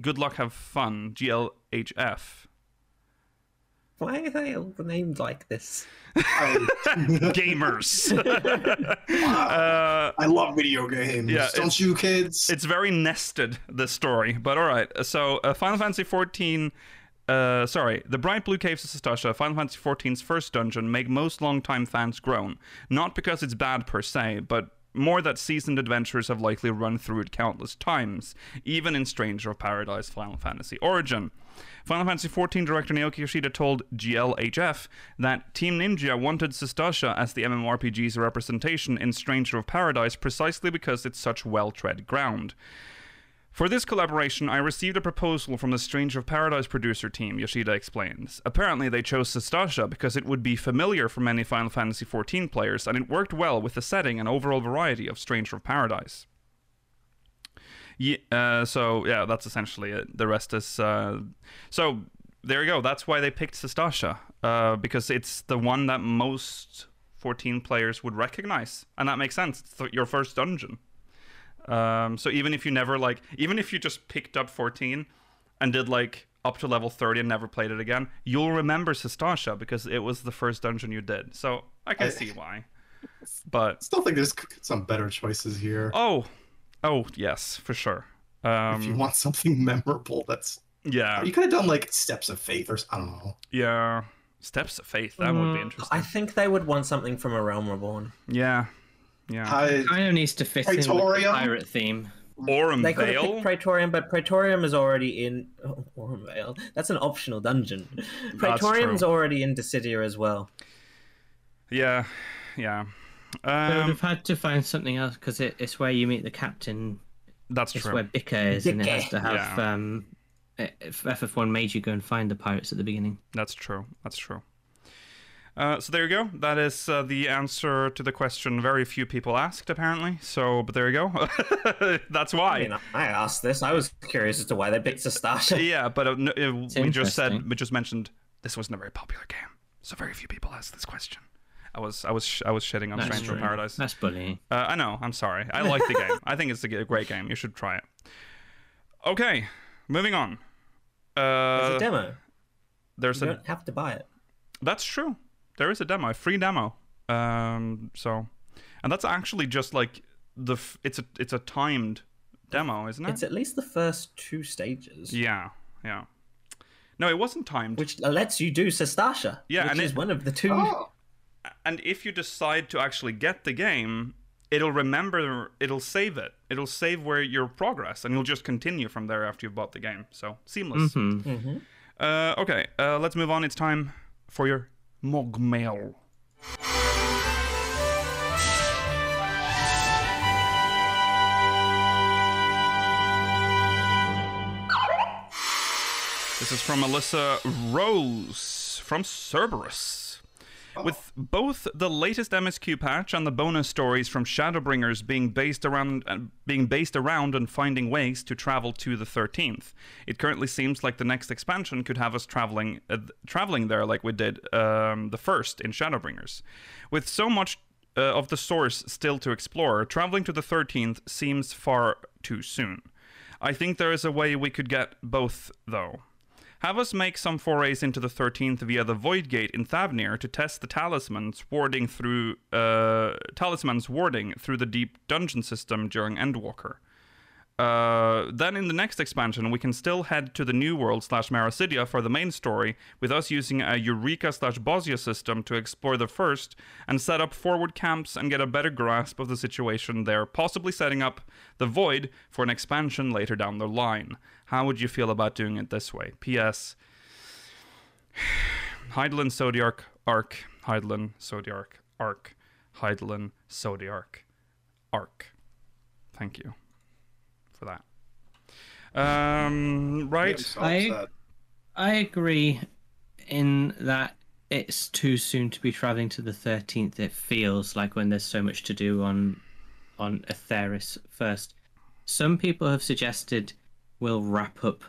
Good Luck Have Fun GLHF Why are they all named like this? [LAUGHS] gamers. [LAUGHS] Uh, I love video games. Yeah, don't you, kids? it's very nested the story, but all right. So uh, Final Fantasy XIV. Uh, sorry, the Bright Blue Caves of Sestasha, Final Fantasy XIV's first dungeon, make most longtime fans groan. Not because it's bad per se, but more that seasoned adventurers have likely run through it countless times, even in Stranger of Paradise Final Fantasy Origin. Final Fantasy XIV director Naoki Yoshida told GLHF that Team Ninja wanted Sestasha as the MMORPG's representation in Stranger of Paradise precisely because it's such well tread ground. For this collaboration, I received a proposal from the Stranger of Paradise producer team, Yoshida explains. Apparently, they chose Sestasha because it would be familiar for many Final Fantasy XIV players, and it worked well with the setting and overall variety of Stranger of Paradise. Yeah, uh, so yeah, that's essentially it. The rest is uh, so there you go. That's why they picked Sestasha uh, because it's the one that most 14 players would recognize, and that makes sense. It's th- your first dungeon. Um, so even if you never like, even if you just picked up 14 and did like up to level 30 and never played it again, you'll remember Sestasha because it was the first dungeon you did. So I can I- see why. But still think there's c- some better choices here. oh, oh yes, for sure. Um, if you want something [LAUGHS] memorable, that's yeah. you could have done like Steps of Faith or s- I don't know. Yeah. Steps of Faith. That would Mm, be interesting. I think they would want something from A Realm Reborn. Yeah. Yeah. I, Kind of needs to fit in with the Praetorium? pirate theme. Orem They could have Vale. picked Praetorium, but Praetorium is already in [LAUGHS] oh, Orem Vale. That's an optional dungeon. Praetorium's true. already in Dissidia as well. yeah. Yeah. They would Um, have had to find something else because it, it's where you meet the captain. that's It's true. where Bicker is, and it has to have Yeah. um, if FF1 made you go and find the pirates at the beginning. That's true. That's true. Uh, so there you go. That is uh, the answer to the question very few people asked, apparently. So, but there you go. [LAUGHS] that's why. I mean, I asked this. I was curious as to why they picked Sestasha. yeah, but uh, no, uh, we just said interesting. we just mentioned this wasn't a very popular game, so very few people asked this question. I was I was sh- I was shitting on That's Stranger true. Paradise. That's bullying. Uh, I know. I'm sorry. I like the game. I think it's a g- great game. You should try it. Okay, moving on. It's Uh, a demo. there's You a. don't have to buy it. That's true. There is a demo, a free demo. Um, so, and that's actually just like the. F- it's a it's a timed demo, isn't it? It's at least the first two stages, yeah, yeah. No, it wasn't timed. which lets you do Sestasha. Yeah, which and is it- one of the two. Oh, and if you decide to actually get the game it'll remember it'll save it it'll save where your progress and you'll just continue from there after you've bought the game so seamless uh, okay uh, let's move on it's time for your mog mail This is from Alyssa Rose from Cerberus. With both the latest MSQ patch and the bonus stories from Shadowbringers being based around uh, being based around and finding ways to travel to the 13th, it currently seems like the next expansion could have us traveling uh, th- traveling there like we did um, the first in Shadowbringers. With so much uh, of the source still to explore, traveling to the 13th seems far too soon. I think there is a way we could get both, though. Have us make some forays into the 13th via the Void Gate in Thavnir to test the talismans warding through uh, talismans warding through the deep dungeon system during Endwalker. Uh, then in the next expansion, we can still head to the New World slash Marasidia for the main story, with us using a Eureka slash Bosia system to explore the first and set up forward camps and get a better grasp of the situation there, possibly setting up the Void for an expansion later down the line. How would you feel about doing it this way? P.S. Heidelin Sodiarch Arc Heidelin Sodiarch Arc Heidelin Sodiarch Arc. Thank you for that. Um, right. So I- upset. I agree in that it's too soon to be traveling to the 13th. It feels like when there's so much to do on on Atheris first. Some people have suggested we'll wrap up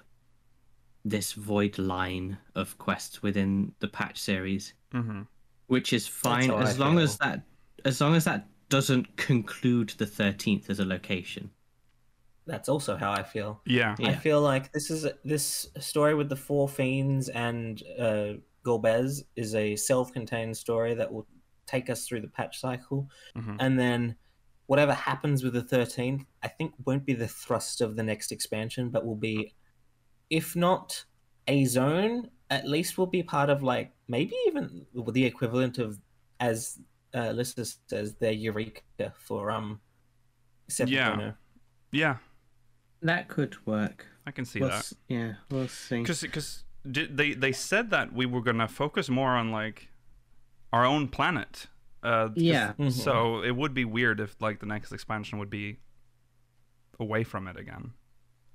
this void line of quests within the patch series, Mm-hmm. which is fine how I as long feel. as that as long as that doesn't conclude the 13th as a location. That's also how I feel. Yeah. I Yeah. feel like this is this story with the four fiends and uh, Golbez is a self-contained story that will take us through the patch cycle, Mhm. and then whatever happens with the thirteenth, I think won't be the thrust of the next expansion, but will be, if not a zone, at least will be part of like maybe even the equivalent of as uh, Lister says, their Eureka for um. oh. Yeah. Sephiroth. Yeah. That could work. I can see We'll that. s- yeah, we'll see. because because they they said that we were gonna focus more on like our own planet. Uh, 'cause- Yeah. Mhm. So it would be weird if like the next expansion would be away from it again.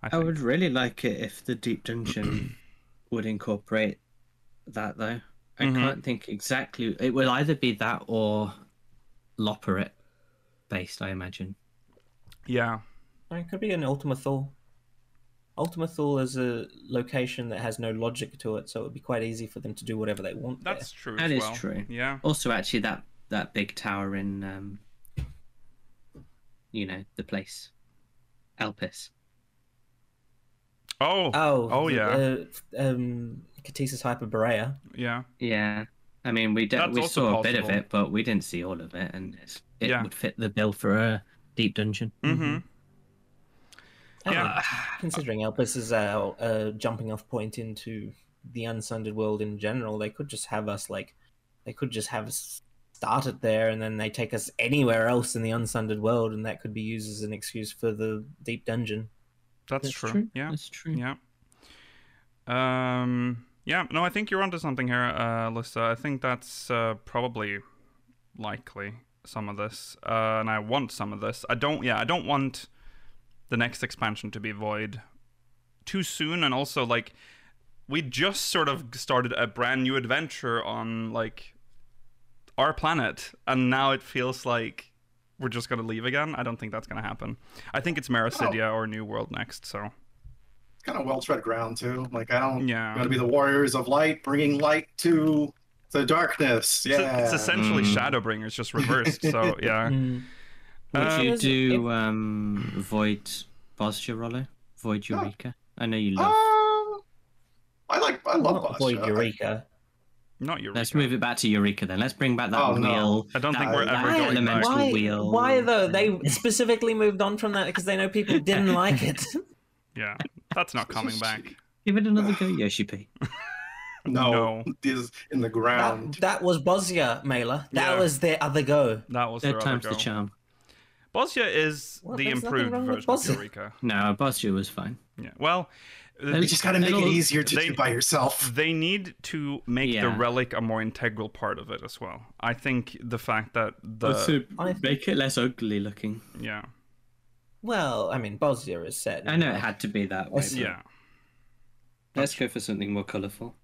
I, I think. would really like it if the deep [CLEARS THROAT] dungeon would incorporate that though. I Mhm. can't think exactly. It will either be that or Loperate based, I imagine. Yeah. Or It could be an Ultima Thule. Ultima Thule is a location that has no logic to it, so it would be quite easy for them to do whatever they want. That's true. That as is well. true. Yeah. Also, actually, that that big tower in, um, you know, the place, Elpis. Oh. there. Oh, Oh, the- yeah. Uh, um, Catesis Hyperborea. yeah. Yeah, I mean, we de- That's we also saw a bit of possible. it, but we didn't see all of it, and it's, it Yeah. would fit the bill for a deep dungeon. Mm-hmm. I don't Yeah. know, Oh, Considering Elpis is our uh, jumping off point into the unsundered world in general, they could just have us like, they could just have us start it there, and then they take us anywhere else in the unsundered world, and that could be used as an excuse for the deep dungeon. That's, true. Yeah. that's true. Yeah. Um. Yeah. No, I think you're onto something here, uh, Lista. I think that's uh, probably likely some of this, uh, and I want some of this. I don't. Yeah, I don't want the next expansion to be void too soon, and also like we just sort of started a brand new adventure on like our planet, and now it feels like we're just gonna leave again. I don't think that's gonna happen. I think it's Marasidia or New World next. So. It's kind of well tread ground too. Like I don't. Yeah. We're gonna be the warriors of light, bringing light to the darkness. It's- Yeah. It's, essentially Mm. Shadowbringers just reversed. [LAUGHS] So yeah, Hmm. Would Um, you Is it- do um, Void Bosja Rollo? Void Oh. Eureka? I know you Uh, love. I like. I love Not avoid Basha. Eureka. not Eureka. Let's move it back to Eureka then. Let's bring back that Oh, no. wheel. I don't that- think we're that ever Why- going back. elemental Why, wheel. why though? They specifically moved on from that because they know people [LAUGHS] didn't like it. Yeah, that's not coming back. give it another go, Yoshipi. No. No, is in the That, ground. that was Bosnia, Mela. That Yeah. was their other go. That was their Third other time's the go. charm. Bosnia is Well, the there's nothing improved wrong with version of Bosnia. Eureka. No, Bosja was fine. Yeah. Well, You They- just gotta make it It'll- easier to they- do by yourself. they need to make the Yeah. relic a more integral part of it as well. I think the fact that the I- make it less ugly looking. yeah Well, I mean, Bosnia is set. I know it had to be that way. but yeah Let's go for something more colourful.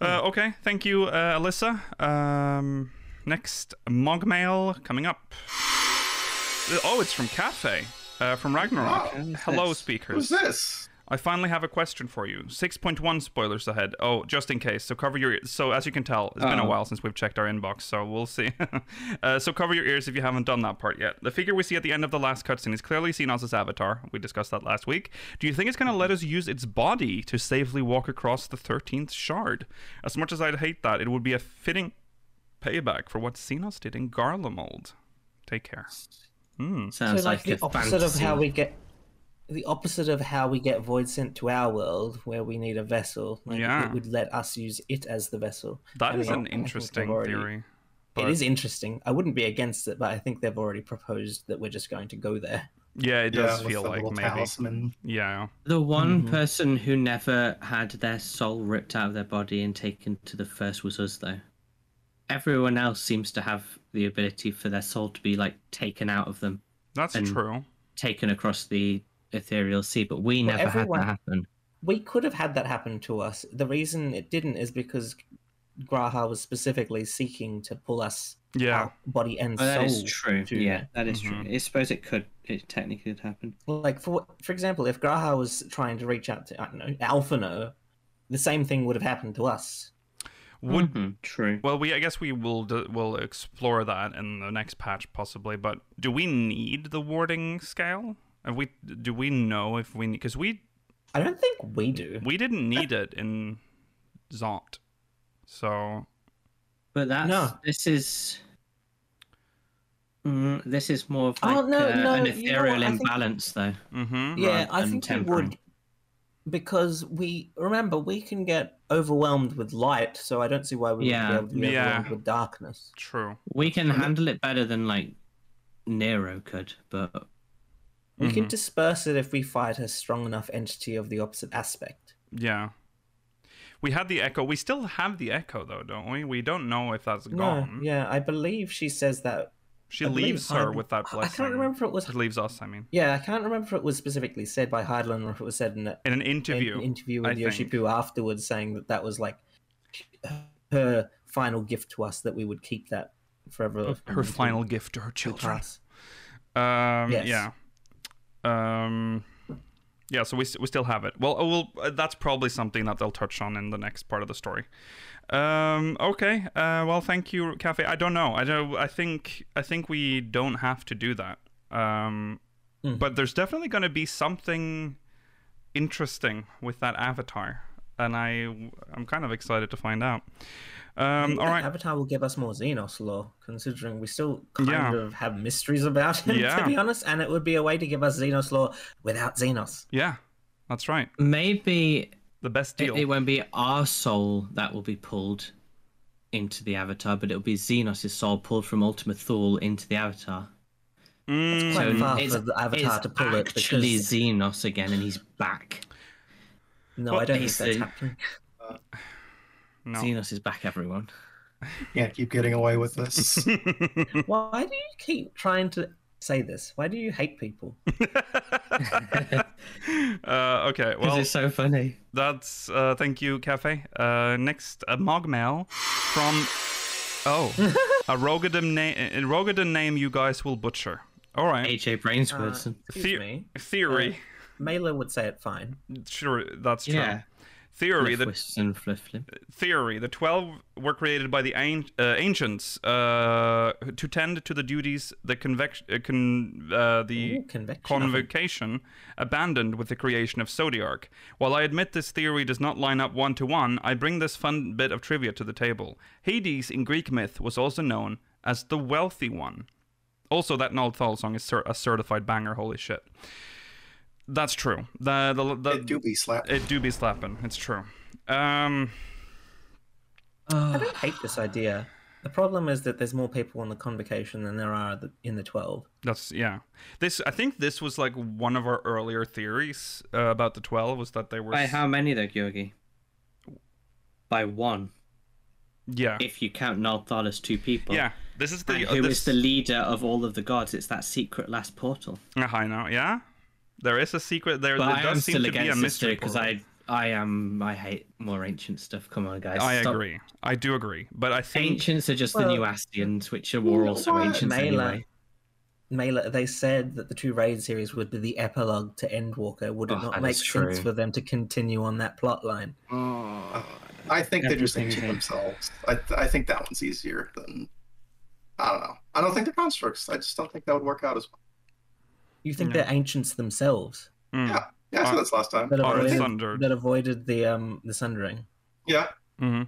Uh, okay, thank you, uh, Alyssa. Um, next, Mogmail coming up. Uh, Oh, it's from Cafe, uh, from Ragnarok. Wow. Hello, Yes. Who's speakers. this? I finally have a question for you. 6.1 spoilers ahead. Oh, just in case. So cover your ears. So as you can tell, it's been a Oh. while since we've checked our inbox, so we'll see. [LAUGHS] uh, so cover your ears if you haven't done that part yet. The figure we see at the end of the last cutscene is clearly seen as his avatar. We discussed that last week. Do you think it's going to let us use its body to safely walk across the 13th shard? As much as I'd hate that, it would be a fitting payback for what Xenos did in Garlemald. Take care. Sounds so like, like, the a opposite fantasy. of how we get the opposite of how we get void sent to our world where we need a vessel like Yeah. it would let us use it as the vessel That And is I- I an think they've interesting already- theory. it is interesting i wouldn't be against it but i think they've already proposed that we're just going to go there Yeah, it does with feel the like little maybe. talisman. Yeah. The one Mm-hmm. person who never had their soul ripped out of their body and taken to the first was us, though. Everyone else seems to have the ability for their soul to be like taken out of them, That's And- true. taken across the ethereal sea, but we Well, never everyone- had that happen. we could have had that happen to us the reason it didn't is because graha was specifically seeking to pull us Yeah. out, body and Oh, soul that is true. to- Mm-hmm. Yeah, that is Mhm. true. I suppose it could. It technically could happen. like for for example, if Graha was trying to reach out to I don't know Alphino, the same thing would have happened to us. Would Mhm, Hmm. True. well, we I guess we will d- will explore that in the next patch possibly. But do we need the warding scale? Have we do we know if we because we I don't think we do. we didn't Eh. need it in Zot, so But that's No. this is Mm, this is more of like Oh, no, uh, no, an you know what, ethereal I think- imbalance, though. mm-hmm. yeah, rather I than think we tempering. would because we remember we can get overwhelmed with light, so I don't see why we Yeah. would be able to be Yeah. overwhelmed with darkness. True. We can handle it better than like Nero could, but We can disperse it if we fight a strong enough entity of the opposite aspect. Yeah. We had the echo. We still have the echo though, don't we? We don't know if that's No, gone. yeah, I believe she says that. She I believe leaves her Heidel- with that I- I blessing. can't remember if it was- She leaves us, I mean. Yeah, I can't remember if it was specifically said by Heidlin or if it was said in a, In an an interview. interview I with think. Yoshipu afterwards saying that that was like her final gift to us that we would keep that forever. Her final gift to her gift to children. us. Um, Yes. Yeah. Um, yeah, so we, s- we still have it. Well, oh, well, uh, that's probably something that they'll touch on in the next part of the story. Um, okay. Uh, well, thank you, Cafe. I don't know. I don't. I think I think we don't have to do that. Um, Hmm. But there's definitely going to be something interesting with that avatar, and I I'm kind of excited to find out. Um, all right. Avatar will give us more Xenos lore, considering we still kind Yeah. of have mysteries about [LAUGHS] him, Yeah. to be honest. And it would be a way to give us Xenos lore without Xenos. Yeah, that's right. maybe The best it, deal. it won't be our soul that will be pulled into the avatar, but it'll be Xenos' soul pulled from Ultima Thule into the avatar. Mm. Quite So far it's- for the Avatar it's to pull it actually because Xenos again, and he's back. no, Well, I don't think he's that's the- happening. No. Xenos is back, everyone. [LAUGHS] Can't keep getting away [LAUGHS] with this. Mm. Why do you keep trying to say this? Why do you [LAUGHS] hate people? [LAUGHS] uh, okay, Because well, it's so funny. that's uh, thank you, Cafe. Uh, next, a Mogmail from oh, a Rogadin name, Rogadin name you guys will butcher. All right, AJ Uh, Brainsworth's The- Excuse me. Uh, theory, Mela would say it fine. sure, that's true. Yeah. Theory, the Fliffwists and Flifflim. theory. The twelve were created by the an- uh, ancients uh, to tend to the duties the convex uh, con- uh, the Ooh, convection oven. convocation abandoned with the creation of Zodiarch. While I admit this theory does not line up one to one, I bring this fun bit of trivia to the table. Hades in Greek myth was also known as the wealthy one. Also, that Noel Thal song is cer- a certified banger. Holy shit, that's true. The the, the it do be slap. it do be slapping. It's true. Um. I don't hate this idea. The problem is that there's more people on the convocation than there are the, in the 12. That's yeah. This I think this was like one of our earlier theories uh, about the twelve was that they were By s- how many though, Georgi? By one. yeah If you count Nalthal as two people. yeah. This is And the who is uh, this, the leader of all of the gods? It's that secret last portal. Uh, I know yeah. There is a secret there. But there I does am seem still to be a against this mystery because portal. I I am I hate more ancient stuff. Come on, guys. I Stop. agree. I do agree. But I think Ancients are just Well, the new Asians, which are were also what? ancients Mela, anyway. Mela, they said that the two raid series would be the epilogue to Endwalker. Would it Oh, not that make is true. sense for them to continue on that plot line? Uh, I think they're just Everything ancient they- themselves. I, I think that one's easier than. I don't know. I don't think they're constructs. I just don't think that would work out as well. You think they're ancients themselves mm, Yeah, yeah, I said this last time. that Are avoided, sundered. Mm-hmm. that avoided the um the sundering? Yeah, mhm.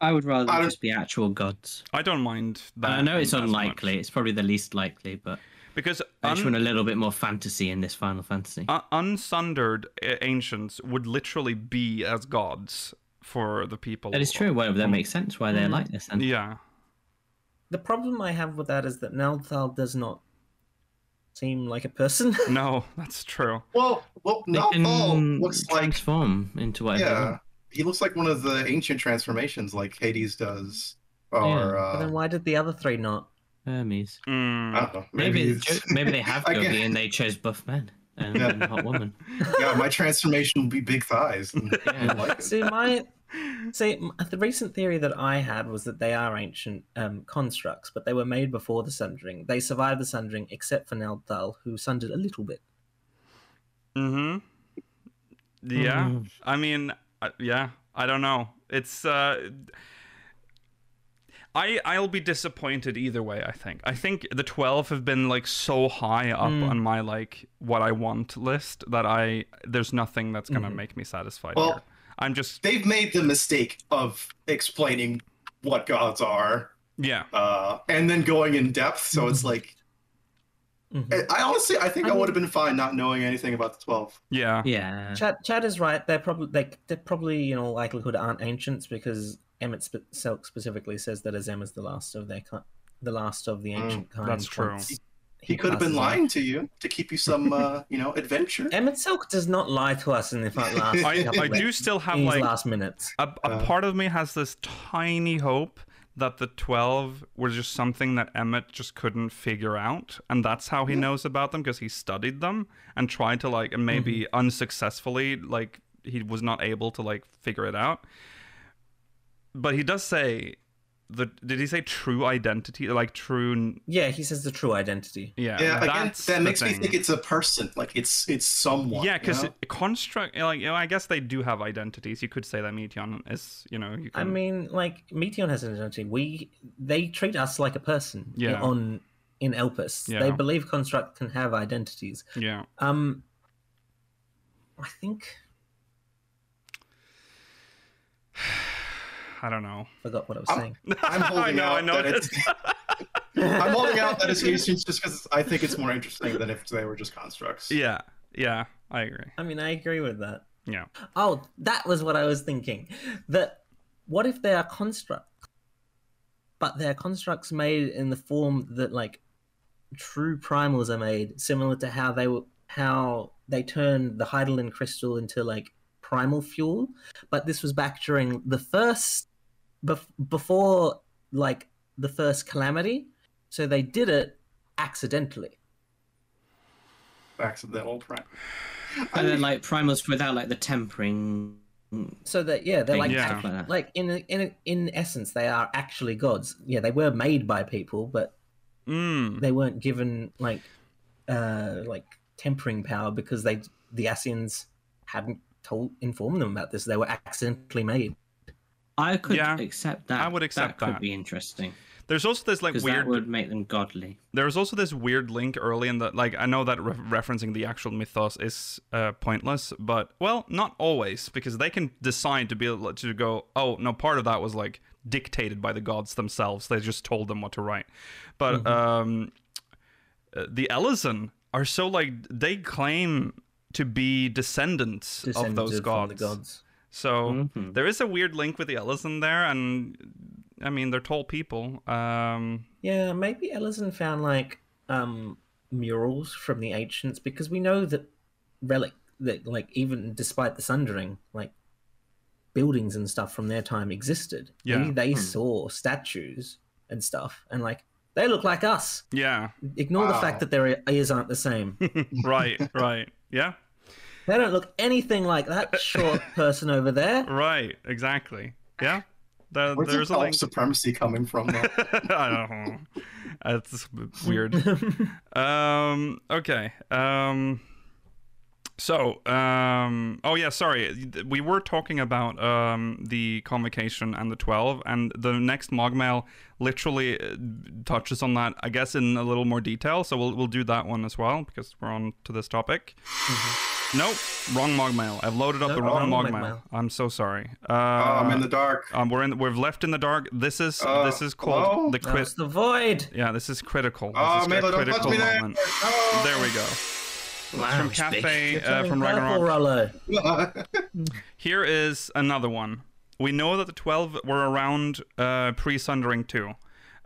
I would rather I don't- just be actual gods. I don't mind that. I know it's as much. unlikely. It's probably the least likely, but because I just un- want a little bit more fantasy in this Final Fantasy. uh, unsundered uh, ancients would literally be as gods for the people. that is true. Well, that makes sense why they're like this. And Yeah. The problem I have with that is that Nelthal does not seem like a person. [LAUGHS] No, [LAUGHS] that's true. Well, well, they not all can looks like transform into whatever. they yeah. want. He looks like one of the ancient transformations, like Hades does, or Yeah, But uh, then why did the other three not? Hermes. I Mm. don't know. Maybe Maybe, it's ju- maybe they have I Gogi guess- and they chose buff men and, Yeah. and hot woman. [LAUGHS] yeah, my transformation will be big thighs. Yeah. Like it. See my see m- the recent theory that I had was that they are ancient um, constructs, but they were made before the Sundering. They survived the Sundering, except for Nelthal, who sundered a little bit. Hmm. Mm-hmm. Yeah. Mm. I mean, uh, yeah. I don't know. It's. Uh, I I'll be disappointed either way. I think. I think the twelve have been like so high up on my like what I want list that I there's nothing that's gonna make me satisfied. Well, here. I'm just They've made the mistake of explaining what gods are, yeah. uh, and then going in depth. So it's like, Mm-hmm. eh, Mhm. I, I honestly, I think I, I mean- would have been fine not knowing anything about the twelve. [LAUGHS] Yeah. Yeah. Chad, Chad is right. They're probably they, they're probably you know likelihood aren't ancients because Emmett sp- Selk specifically says that Azem is the last of their kind, the last of the Mm, ancient kind. that's true. once He could have been passes on. lying to you to keep you some, uh, you know, adventure. Emmett Selk does not lie to us in [LAUGHS] the front last. I, couple I of- do still have in his like last minutes. a, a part of me has this tiny hope that the 12 were just something that Emmett just couldn't figure out. And that's how he knows about them because he studied them and tried to, like, and maybe Mm-hmm. unsuccessfully, like, he was not able to, like, figure it out. But he does say, the, did he say true identity? Like, true. Yeah, he says the true identity. Yeah. yeah, again, that's that the makes me thing. think it's a person. Like it's it's someone. Yeah, you because know? construct, like, you know, I guess they do have identities. You could say that Meteon is, you know, you I can. mean, like Meteon has an identity. We they treat us like a person. Yeah. On in Elpis, Yeah. they believe construct can have identities. yeah. Um, I think I don't know. forgot what I was I'm- saying. [LAUGHS] I'm holding I know, out I know that it's. I'm holding out that it's ancients just because I think it's more interesting than if they were just [LAUGHS] constructs. Yeah, yeah, I agree. I mean, I agree with that. Yeah. Oh, that was what I was thinking. That what if they are constructs, but they are constructs made in the form that like true primals are made, similar to how they were how they turned the Heidelin crystal into like primal fuel. But this was back during the first, bef- before like the first calamity, so they did it accidentally. Accidental prime. And then like primals without like the tempering. so that yeah they're Thing, like yeah. act- like, in in in essence they are actually gods yeah they were made by people but Mm. they weren't given like uh like tempering power because they the Asians hadn't told informed them about this they were accidentally made I could Yeah, accept that. I would accept That that. could be interesting There's also this like because weird. that would make them godly. There's also this weird link early in the like. I know that re- referencing the actual mythos is uh, pointless, but well, not always because they can decide to be able to go. Oh no, part of that was like dictated by the gods themselves. They just told them what to write. But um, uh, the Ellison are so like they claim to be descendants of descended those from gods. the gods So Mhm. there is a weird link with the Ellison there, and I mean they're tall people. Um, yeah maybe Ellison found like um murals from the ancients because we know that relic that like even despite the sundering like buildings and stuff from their time existed Yeah. Maybe they saw statues and stuff and like they look like us yeah, ignore the Wow. fact that their ears aren't [LAUGHS] the same right, right, yeah, they don't look anything like [LAUGHS] that short person over there right, exactly, yeah. There, Where's there's the a color link. supremacy coming from? [LAUGHS] though? I don't know. That's weird. um, okay. Um, So, um, oh yeah, sorry, we were talking about um, the convocation and the twelve, and the next Mogmail literally uh, touches on that, I guess, in a little more detail. So we'll we'll do that one as well because we're on to this topic. Nope, wrong Mogmail. I've loaded up No, the wrong, wrong Mogmail. Mogmail. I'm so sorry. Uh, Oh, I'm in the dark. um, we're in. We've left in the dark. This is Uh, this is called hello? the Now crit. it's the void. Yeah, this is critical. This Oh, is Mela, a don't touch critical me there. moment. No. There we go. Wow, Cafe uh, from Purple Ragnarok. Rollo. Here is another one. We know that the 12 were around uh, pre Sundering too.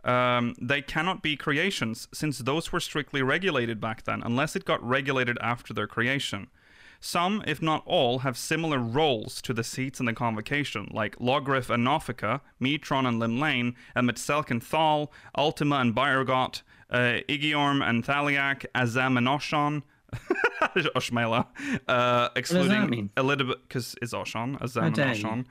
Um, they cannot be creations, since those were strictly regulated back then, unless it got regulated after their creation. Some, if not all, have similar roles to the seats in the convocation, like Logrif and Nofika, Metron and Limlane, and Metzelk and Thal, Ultima and Byrgot, uh, Igiorm and Thaliak, Azam and Oshon, [LAUGHS] Oshmela, uh, excluding mean? Elidib- because it's Oshan, Azam dare and you. Oshan.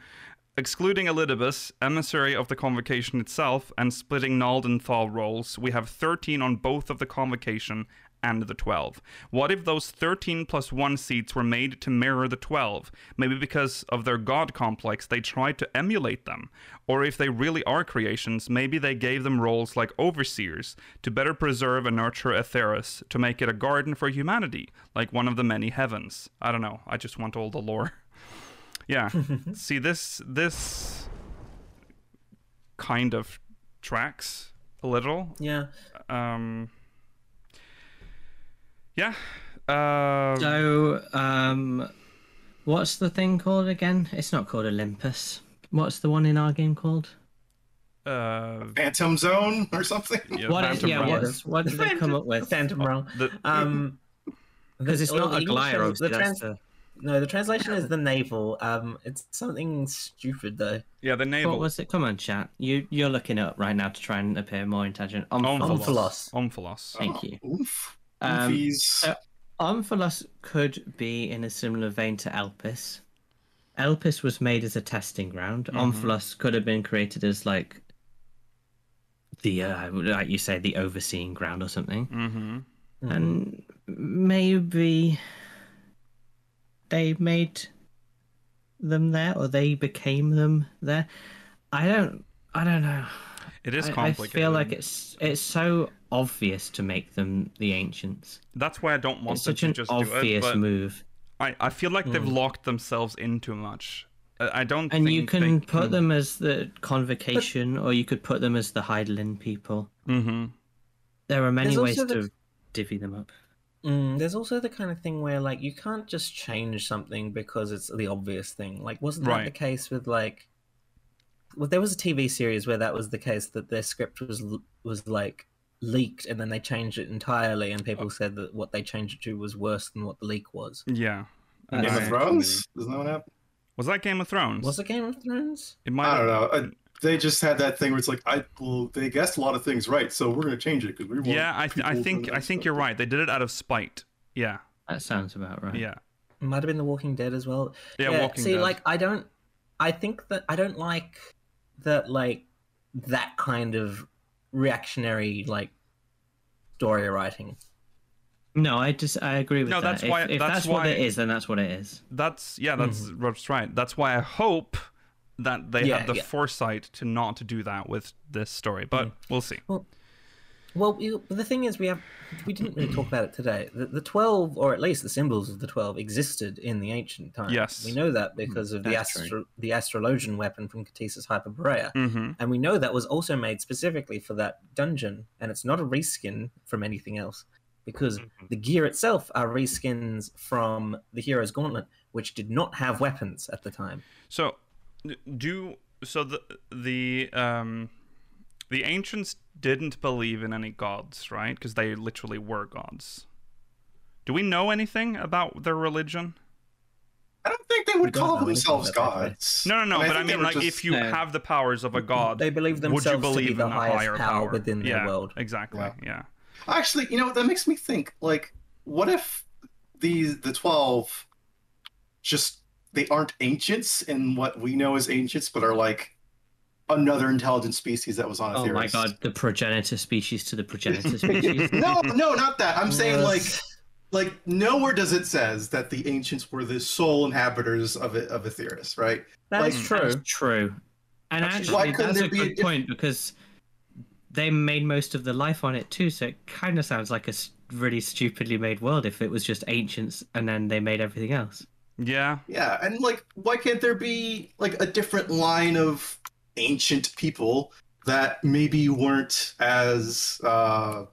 Excluding Elidibus, emissary of the convocation itself, and splitting Nald and Thal roles, we have 13 on both of the convocation and the 12. What if those 13 plus 1 seats were made to mirror the 12? Maybe because of their god complex, they tried to emulate them. Or if they really are creations, maybe they gave them roles like overseers to better preserve and nurture Atheris, to make it a garden for humanity, like one of the many heavens. I don't know, I just want all the lore. [LAUGHS] Yeah. See this this kind of tracks a little. Yeah. Um Yeah. Um So, um, what's the thing called again? It's not called Olympus. What's the one in our game called? uh Phantom Zone or something. yeah, What is- Phantom yeah, Realm. what's- what did they come up with? Phantom Realm. The- Um, Because it's not well, a the English glire, trans- the obviously. that's trans- no, the translation is the navel. Um, it's something stupid though. yeah, the the- What naval was it? Come on, chat. You you're looking it up right now to try and appear more intelligent. Um, Omphalos. Omphalos. Omphalos. Oh, Thank you. Oof. Um, Oofies. uh, Omphalos could be in a similar vein to Elpis. Elpis was made as a testing ground. Omphalos could have been created as like the uh, like you say the overseeing ground or something. Mm-hmm. and maybe they made them there or they became them there i don't i don't know It is I, I complicated. feel like it's it's so obvious to make them the ancients that's why I don't want it's them such to an just do it. obvious But move Mm. I, I feel like they've locked themselves in too much. I, I don't and think you they can put them as the convocation or you could put them as the Hydelin people Mhm. there are many There's ways also the- to divvy them up Mm, there's also the kind of thing where like you can't just change something because it's the obvious thing. Like wasn't that Right. the case with like well there was a TV series where that was the case that their script was l- was like leaked and then they changed it entirely and people said that what they changed it to was worse than what the leak was. Yeah. That's Game of right. Thrones? Isn't that what happened? Was that Game of Thrones? Was it Game of Thrones? It might I don't have- know. Uh they just had that thing where it's like, I well, they guessed a lot of things right, so we're gonna change it because we want. Yeah, I, th- I people think to I think you're right. They did it out of spite. Yeah, that sounds about right yeah, It might have been The Walking Dead as well. yeah. Walking see, Dead. like I don't, I think that I don't like that, like that kind of reactionary like story writing. no i just i agree with No, that that's if, why- if that's that's, what why- it is then that's what it is that's yeah, that's that's right. That's why I hope that they Yeah, had the yeah. foresight to not to do that with this story. But we'll see. Well, we, the thing is, we have we didn't really talk about it today. The, the twelve, or at least the symbols of the twelve, existed in the ancient times. Yes. Hmm. we know that because of the That's true. astro- the astrologian weapon from Catesis Hyperborea. Mm-hmm. And we know that was also made specifically for that dungeon, and it's not a reskin from anything else, because Mm-hmm. the gear itself are reskins from the Hero's Gauntlet, which did not have weapons at the time. So do so the the um the ancients didn't believe in any gods, right? Because they literally were gods. Do we know anything about their religion? I don't think they would don't know call anything themselves about that, right? gods. No, no, no. but I think they mean, were like, just- if you No. have the powers of a god, They believe would you themselves to be believe the in a highest higher power power within their yeah, world. Exactly. Yeah. yeah. Actually, you know that makes me think. Like, what if these the twelve just they aren't ancients in what we know as ancients, but are like another intelligent species that was on a Oh [LAUGHS] my god, the progenitor [LAUGHS] species to the progenitor species. no, no, not that. I'm saying like like nowhere does it says that the ancients were the sole inhabitors of a, of Aetheris, right? That Like- is That's true. true. And Actually, actually, why couldn't that's there a be a good diff- point because they made most of the life on it too. So it kind of sounds like a s- really stupidly made world if it was just ancients and then they made everything else. Yeah. Yeah, and like, why can't there be like a different line of ancient people that maybe weren't as uh,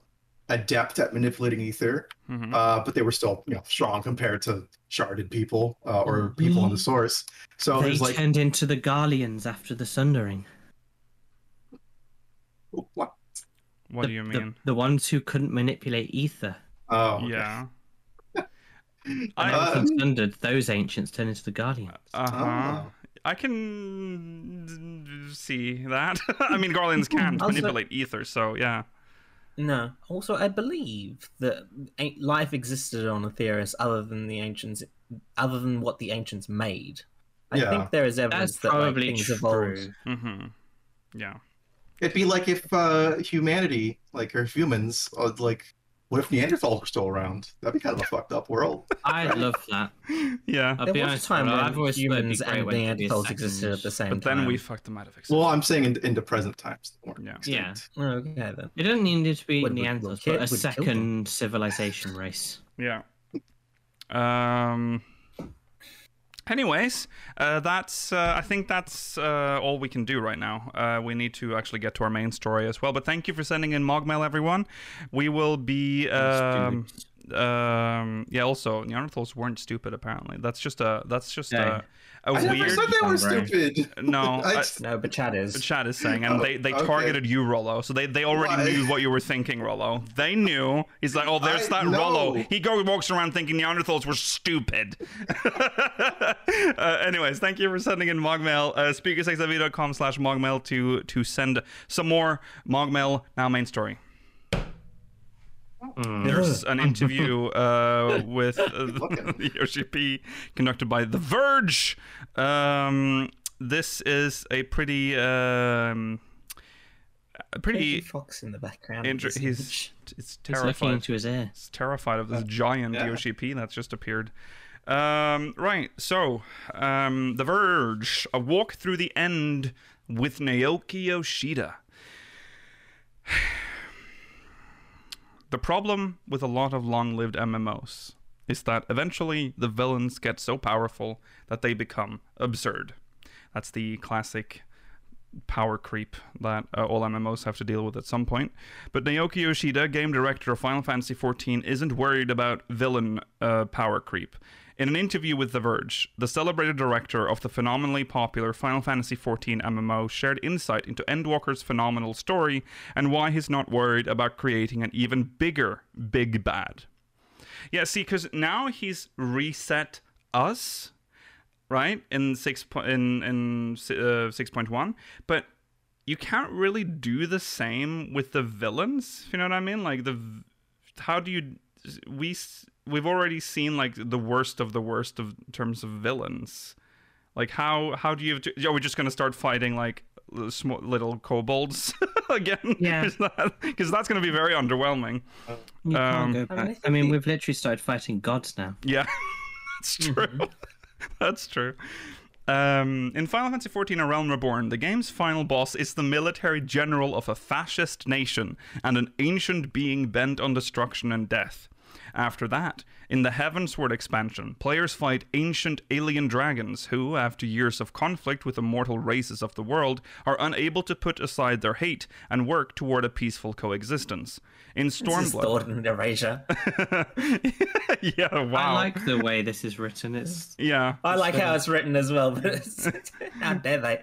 adept at manipulating ether, Mhm. uh, but they were still you know strong compared to sharded people uh, or people in the source. Oh, So they there's like, turned into the Garleans after the Sundering. what? What the, do you the- mean? The, ones who couldn't manipulate ether. Oh, okay. Uh, yeah. And Uh, I- everything hmm. sundered, those ancients turned into the Guardians. Uh huh. Oh. I can see that. [LAUGHS] I mean, Garlands can Also- manipulate ether, so yeah. No. Also, I believe that a- life existed on Aetheris other than the ancients, other than what the ancients made. I Yeah. think there is evidence That's that like, probably things true. evolved. Mm-hmm. Yeah. It'd be like if uh, humanity, like or humans, uh, like what if Neanderthals were still around? That'd be kind of a fucked up world. I love that. Yeah. I'll There be was honest, a time bro, when I've always thought it'd be humans great and when it could be a Neanderthals existed at the second- same But time. then we fucked them out of existence. Well, I'm saying in, in the present times. they weren't Yeah. extinct. Yeah. Oh, Okay then. It doesn't need to be Would- would- would Neanderthals, kill- but a would kill them. second civilization race. Yeah. Um. Anyways, uh, that's. Uh, I think that's uh, all we can do right now. Uh, we need to actually get to our main story as well. But thank you for sending in Mogmail, everyone. We will be. Um, um, yeah. Also, Neanderthals weren't stupid. Apparently, that's just a. That's just Yeah. a, a I never weird. said they were Sound right. stupid. No, [LAUGHS] I I- just- No, but Chad is. Chad is saying, and Oh, they, they okay. targeted you, Rollo. So they, they already Why? knew what you were thinking, Rollo. They knew. He's like, oh, there's I- that no. Rollo. He go walks around thinking Neanderthals were stupid. [LAUGHS] uh, anyways, thank you for sending in Mogmail. Uh, speakersxlv.com slash Mogmail to, to send some more Mogmail. Now, main story. There's an interview uh, with uh, [LAUGHS] Looking. Yoshi P conducted by The Verge. Um, this is a pretty, um, a Baby pretty. Fox in the background. Inter- is- he's it's He's looking terrified. into his ear. He's terrified of this giant yeah. Yoshi P that's just appeared. Um, right, so um, The Verge, a walk through the end with Naoki Yoshida. [SIGHS] The problem with a lot of long lived MMOs is that eventually the villains get so powerful that they become absurd. That's the classic power creep that uh, all MMOs have to deal with at some point. But Naoki Yoshida, game director of Final Fantasy XIV, isn't worried about villain uh, power creep. In an interview with The Verge, the celebrated director of the phenomenally popular Final Fantasy XIV MMO shared insight into Endwalker's phenomenal story and why he's not worried about creating an even bigger big bad. Yeah, see, because now he's reset us right in six po- in in uh, six point one, but you can't really do the same with the villains. If you know what I mean? Like the v- how do you we s- we've already seen like the worst of the worst of in terms of villains. Like how how do you are we just gonna start fighting like l- small little kobolds [LAUGHS] again? [LAUGHS] Yeah. because that's gonna be very underwhelming. You Um, can't go back. I mean, think the- we've literally started fighting gods now. Yeah, [LAUGHS] that's true. [LAUGHS] that's true. Um, in Final Fantasy XIV: A Realm Reborn, the game's final boss is the military general of a fascist nation and an ancient being bent on destruction and death. After that, in the Heavensward expansion, players fight ancient alien dragons who, after years of conflict with the mortal races of the world, are unable to put aside their hate and work toward a peaceful coexistence. In This is Stormblood, Thornton [LAUGHS] and Erasure. [LAUGHS] yeah, wow, I like the way this is written. It's yeah, I like how it's written as well, [LAUGHS] but it's, how dare they?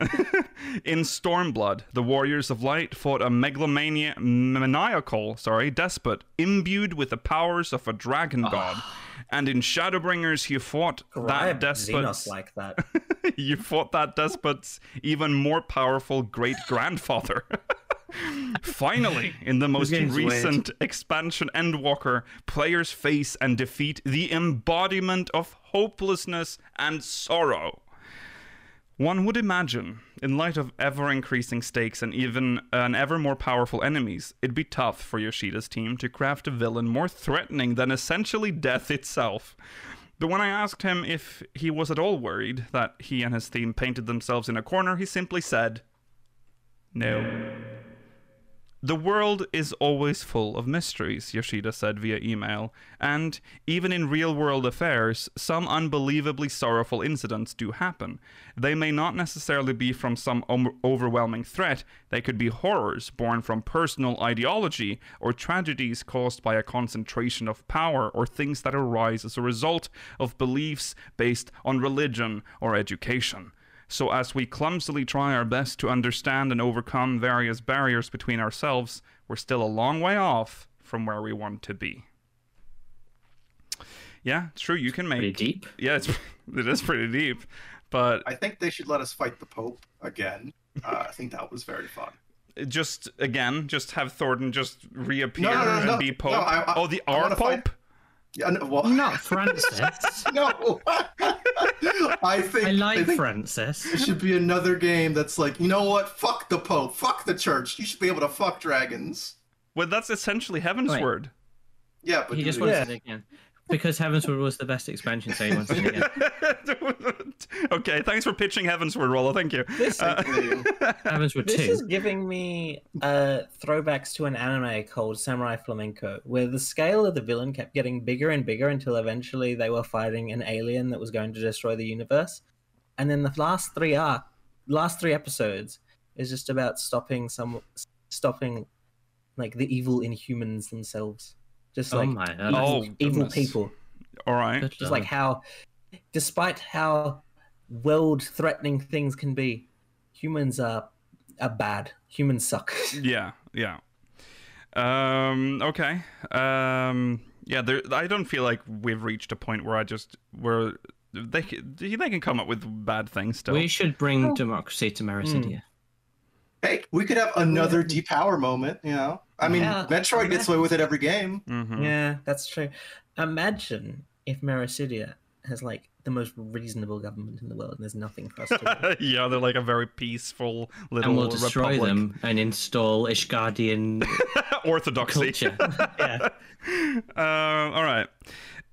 In Stormblood, the Warriors of Light fought a megalomania maniacal, sorry, despot imbued with the powers of a dragon god. And in Shadowbringers, you fought Why that Xenos despot's like that? [LAUGHS] you fought that despot's even more powerful great grandfather. [LAUGHS] Finally, in the most game's recent expansion, Endwalker, players face and defeat the embodiment of hopelessness and sorrow. One would imagine, in light of ever increasing stakes and even uh, and ever more powerful enemies, it'd be tough for Yoshida's team to craft a villain more threatening than essentially death itself. But when I asked him if he was at all worried that he and his team painted themselves in a corner, he simply said, No. The world is always full of mysteries, Yoshida said via email, and even in real world affairs, some unbelievably sorrowful incidents do happen. They may not necessarily be from some om- overwhelming threat, they could be horrors born from personal ideology or tragedies caused by a concentration of power or things that arise as a result of beliefs based on religion or education. So, as we clumsily try our best to understand and overcome various barriers between ourselves, we're still a long way off from where we want to be. Yeah, it's true. You can make. Pretty deep. Yeah, it's, [LAUGHS] it is pretty deep. But I think they should let us fight the Pope again. Uh, I think that was very fun. just, again, just have Thornton just reappear No, no, no, and no. be Pope. No, I- I- oh, the I R wanna Pope? find- Yeah, no, well, Not Francis. [LAUGHS] no. I think [LAUGHS] I like think Francis. It should be another game that's like, you know what? Fuck the Pope. Fuck the church. You should be able to fuck dragons. Well, that's essentially Heaven's Wait. Word. Yeah, but He just do wants it. it again. Because Heaven's Word was the best expansion, so he wants it again. [LAUGHS] okay, thanks for pitching Heaven's Word, Rolla. Thank you. [LAUGHS] Uh, Heaven's Word This 2. is giving me uh, throwbacks to an anime called Samurai Flamenco, where the scale of the villain kept getting bigger and bigger until eventually they were fighting an alien that was going to destroy the universe. And then the last three arc, last three episodes, is just about stopping some, stopping, like the evil in humans themselves, just Oh like my evil, Oh, evil goodness. people. all right. Good Just like lord. how, despite how world-threatening things can be, humans are are bad. Humans suck. [LAUGHS] Mm-hmm. Yeah, yeah. Um, okay. Um, yeah. There, I don't feel like we've reached a point where I just where they c- they can come up with bad things still. We should bring Oh. democracy to Mericidia. Hey, we could have another depower moment, you know? I mean, Yeah. Metroid gets away with it every game. Mhm. Yeah, that's true. Imagine if Mericidia has like the most reasonable government in the world, and there's nothing for us to. [LAUGHS] do. [LAUGHS] yeah, they're like a very peaceful little And we'll destroy republic. them and install [LAUGHS] Ishgardian [LAUGHS] Orthodoxy. culture. [LAUGHS] Uh, all right.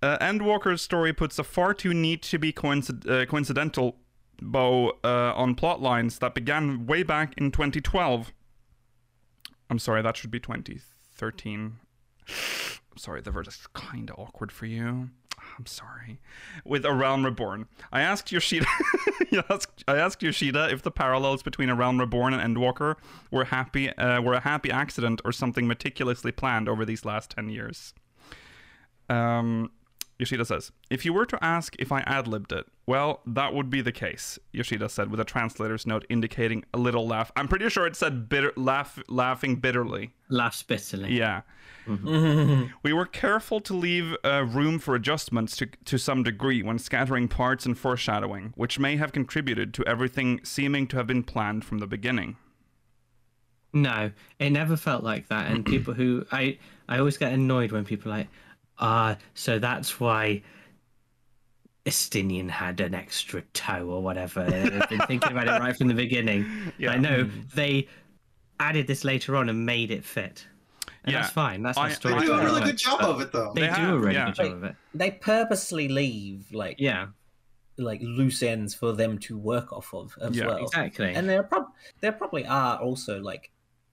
Uh, Endwalker's story puts a far too neat to be coincid- uh, coincidental bow uh, on plot lines that began way back in 2012. I'm sorry, that should be 2013. Sorry, the verdict is kind of awkward for you. I'm sorry. With A Realm Reborn, I asked Yoshida. [LAUGHS] I asked- I asked Yoshida if the parallels between A Realm Reborn and Endwalker were happy, uh, were a happy accident or something meticulously planned over these last ten years. Um, Yoshida says, if you were to ask if I ad libbed it, well, that would be the case, Yoshida said with a translator's note indicating a little laugh. I'm pretty sure it said bitter, laugh, laughing bitterly. Laughs bitterly. Yeah. we were careful to leave uh, room for adjustments to, to some degree when scattering parts and foreshadowing, which may have contributed to everything seeming to have been planned from the beginning. No, it never felt like that. And people who I I always get annoyed when people are like, ah, so that's why Estinian had an extra toe or whatever. I've been thinking about it right from the beginning. Yeah. I know they added this later on and made it fit. And Yeah. That's fine. That's I- how story. They do a really works. good job of it, though. They, They do have, a really yeah. good job of it. they purposely leave like Yeah, like loose ends for them to work off of as Yeah. well. exactly. And there prob- there probably are also like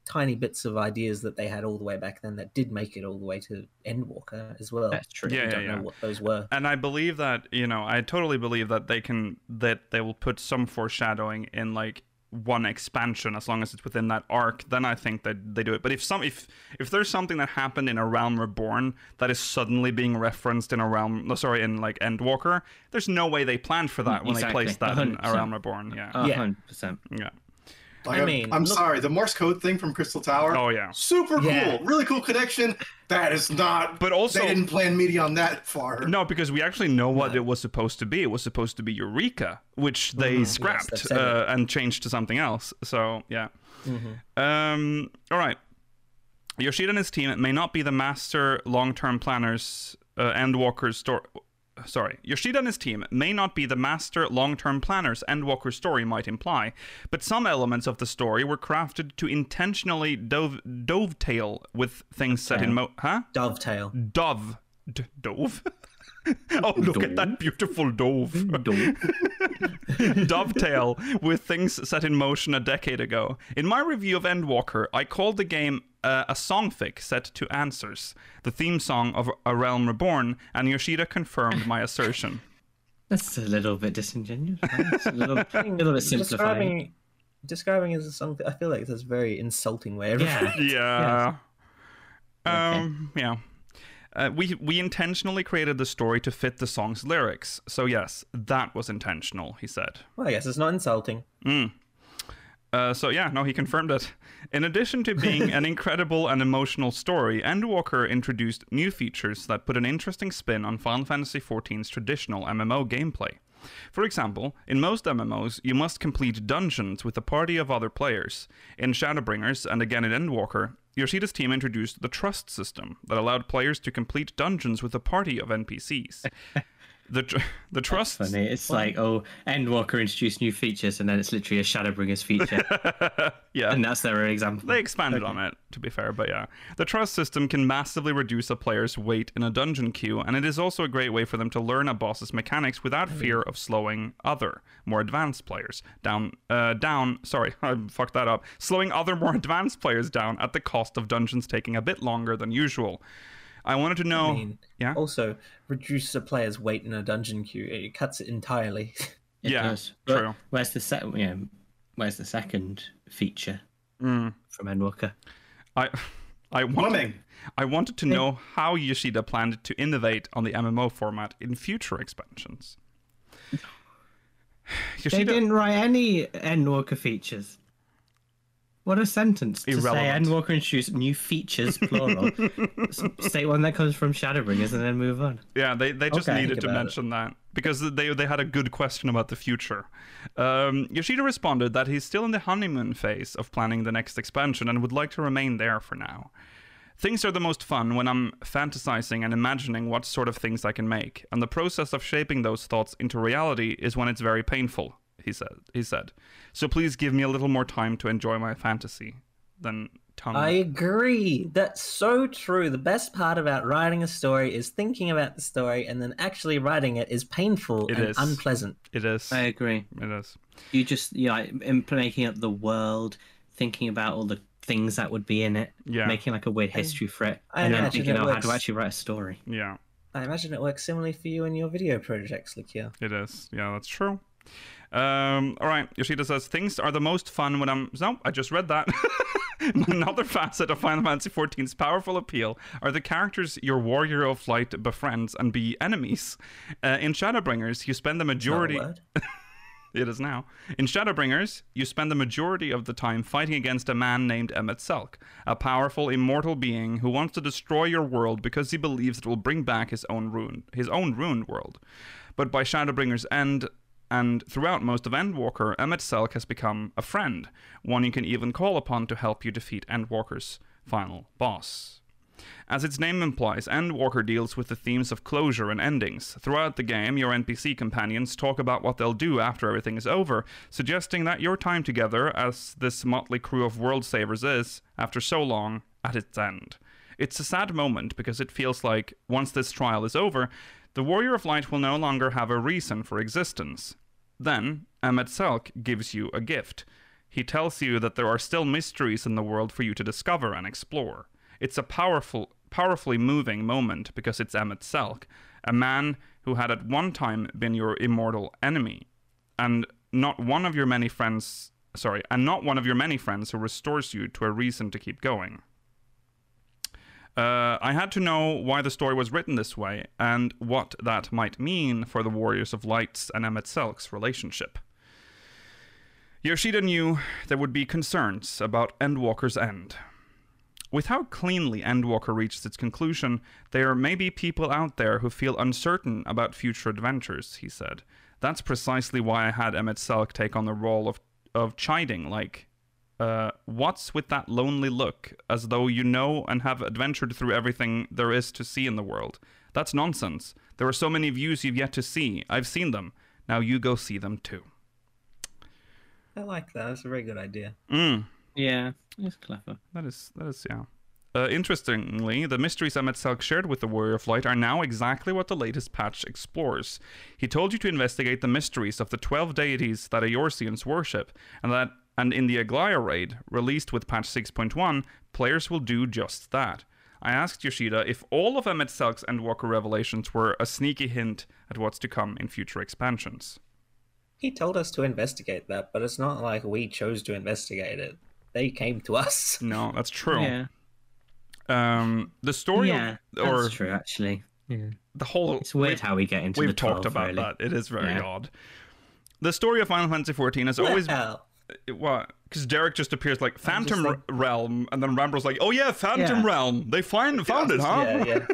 tiny bits of ideas that they had all the way back then that did make it all the way to Endwalker as well. That's true. We Yeah, don't yeah. know what those were. and I believe that you know I totally believe that they can that they will put some foreshadowing in like one expansion as long as it's within that arc then i think that they do it but if some if if there's something that happened in a realm reborn that is suddenly being referenced in a realm no, sorry in like endwalker there's no way they planned for Mm, that when Exactly. they placed that in a [LAUGHS] 100%. realm reborn yeah uh, A Yeah. hundred percent. yeah Like, I I'm- mean, I'm look- sorry, the Morse code thing from Crystal Tower. oh yeah Super Yeah. cool. Really cool connection. That is not. But also- They didn't plan media on that far. no because we actually know what it was supposed to be it was supposed to be eureka which they scrapped Mm-hmm. that's it. uh, and changed to something else so yeah Mm-hmm. Um, all right. Yoshida and his team may not be the master long-term planners uh, and walkers. Stor- sorry, Yoshida and his team may not be the master long-term planners Endwalker's story might imply, but some elements of the story were crafted to intentionally dove, dovetail with things set in mo- huh? Dovetail. Dove. D- dove? [LAUGHS] oh, look at that beautiful dove. [LAUGHS] Dovetail with things set in motion a decade ago. In my review of Endwalker, I called the game uh, a songfic set to answers, the theme song of A Realm Reborn, and Yoshida confirmed my assertion. That's a little bit disingenuous. right? It's a [LAUGHS] little, a little bit simplifying. Describing describing it as something I feel like that's a very insulting way of Yeah. Yeah. Um, yeah. Uh, we we intentionally created the story to fit the song's lyrics. So yes, that was intentional, he said. [LAUGHS] Well, I guess it's not insulting. Uh, so yeah, no, he confirmed it. In addition to being an incredible and emotional story, Endwalker introduced new features that put an interesting spin on Final Fantasy XIV's traditional MMO gameplay. For example, in most MMOs, you must complete dungeons with a party of other players. In Shadowbringers and again in Endwalker, Yoshida's team introduced the trust system that allowed players to complete dungeons with a party of NPCs. the tr- the trust Funny. It's like, oh, Endwalker introduced new features, and then it's literally a Shadowbringers feature, [LAUGHS] yeah. and that's their own example. They expanded on it, to be fair, but yeah. The trust system can massively reduce a player's weight in a dungeon queue, and it is also a great way for them to learn a boss's mechanics without fear of slowing other, more advanced players down. Uh, down. Sorry, [LAUGHS] I fucked that up. Slowing other more advanced players down at the cost of dungeons taking a bit longer than usual. I wanted to know. I mean, oh. yeah. Also, reduce a player's weight in a dungeon queue. It cuts it entirely. [LAUGHS] It Yeah, does. But true. Where's the se- yeah, where's the second feature Hmm. from Endwalker? I [LAUGHS] I wanted, Woman. I wanted to know how Yoshida planned to innovate on the MMO format in future expansions. [SIGHS] They Yoshida, didn't write any Endwalker features. What a sentence to Irrelevant. say Endwalker introduced new [LAUGHS] features, plural. S- State one that comes from Shadowbringers and then move on. yeah, they, they just Okay. needed Think to about it. mention that because they they had a good question about the future. Um, Yoshida responded that he's still in the honeymoon phase of planning the next expansion and would like to remain there for now. Things are the most fun when I'm fantasizing and imagining what sort of things I can make, and the process of shaping those thoughts into reality is when it's very painful, he said. He said. So please give me a little more time to enjoy my fantasy than tongue. I agree. That's so true. The best part about writing a story is thinking about the story, and then actually writing it is painful It and is. unpleasant. It is. I agree. It is. You just you know, like, imp- making up the world, thinking about all the things that would be in it, Yeah. making like a weird history for it, I and then imagine thinking, it oh, how works. do I actually write a story? Yeah. I imagine it works similarly for you in your video projects, Lakia. It is. Yeah, that's true. Um, all right. Yoshida says things are the most fun when I'm. No, I just read that. [LAUGHS] Another facet of Final Fantasy XIV's powerful appeal are the characters your warrior of light befriends and be enemies. Uh, in Shadowbringers, you spend the majority. Word. [LAUGHS] It is now. In Shadowbringers, you spend the majority of the time fighting against a man named Emmet Selk, a powerful immortal being who wants to destroy your world because he believes it will bring back his own ruined his own ruined world. But by Shadowbringers end and throughout most of Endwalker, Emmet Selk has become a friend, one you can even call upon to help you defeat Endwalker's final boss. As its name implies, Endwalker deals with the themes of closure and endings. Throughout the game, your NPC companions talk about what they'll do after everything is over, suggesting that your time together, as this motley crew of world savers is, after so long, at its end. It's a sad moment because it feels like, once this trial is over, the Warrior of Light will no longer have a reason for existence. Then, Ahmed Selk gives you a gift. He tells you that there are still mysteries in the world for you to discover and explore. It's a powerful, powerfully moving moment because it's Emmett Selk, a man who had at one time been your immortal enemy, and not one of your many friends. Sorry, and not one of your many friends who restores you to a reason to keep going. Uh, I had to know why the story was written this way and what that might mean for the Warriors of Lights and Emmett Selk's relationship. Yoshida knew there would be concerns about Endwalker's end. With how cleanly Endwalker reaches its conclusion, there may be people out there who feel uncertain about future adventures, he said. That's precisely why I had Emmett Selk take on the role of, of chiding, like, uh, what's with that lonely look, as though you know and have adventured through everything there is to see in the world? That's nonsense. There are so many views you've yet to see. I've seen them. Now you go see them too. I like that. That's a very good idea. Mm, Yeah, it's clever. that is that is yeah. Uh, interestingly, the mysteries Emmett Selk shared with the Warrior of Light are now exactly what the latest patch explores. He told you to investigate the mysteries of the twelve deities that Eorzeans worship, and that and in the Aglaya raid, released with patch 6.1, players will do just that. I asked Yoshida if all of Emmett Selk's Endwalker revelations were a sneaky hint at what's to come in future expansions. He told us to investigate that, but it's not like we chose to investigate it. They came [LAUGHS] to us. No, that's true. Yeah, Um, the story, yeah, or that's true. Actually, yeah, the whole it's weird how we get into. we've the 12, talked about really. that. It is very Yeah. odd. The story of Final Fantasy XIV has [LAUGHS] always Well, it- what because Derek just appears like Phantom like- Re- Realm, and then Rambo's like, "Oh yeah, Phantom Yeah. Realm. They find found it, huh?" yeah,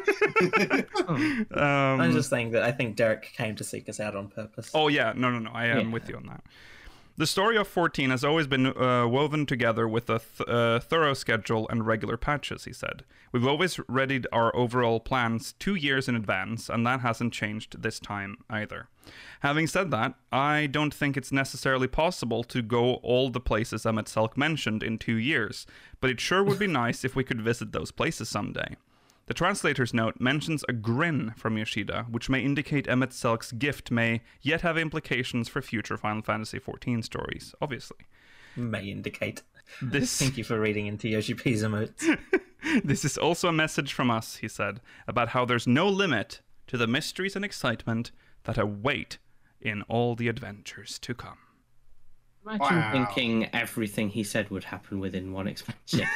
yeah. [LAUGHS] Um, I'm just saying that I think Derek came to seek us out on purpose. Oh yeah, no, no, no. I am Yeah. with you on that. The story of 14 has always been uh, woven together with a th- uh, thorough schedule and regular patches, he said. We've always readied our overall plans two years in advance, and that hasn't changed this time either. Having said that, I don't think it's necessarily possible to go all the places Emmett Selk mentioned in two years, but it sure would be nice if we could visit those places someday. The translator's note mentions a grin from Yoshida, which may indicate Emmett Selk's gift may yet have implications for future Final Fantasy XIV stories, [LAUGHS] obviously. May indicate. This, Thank you for reading into Yoshi P's emotes. this is also a message from us, he said, about how there's no limit to the mysteries and excitement that await in all the adventures to come. [LAUGHS] Imagine Wow. thinking everything he said would happen within [LAUGHS] one expansion.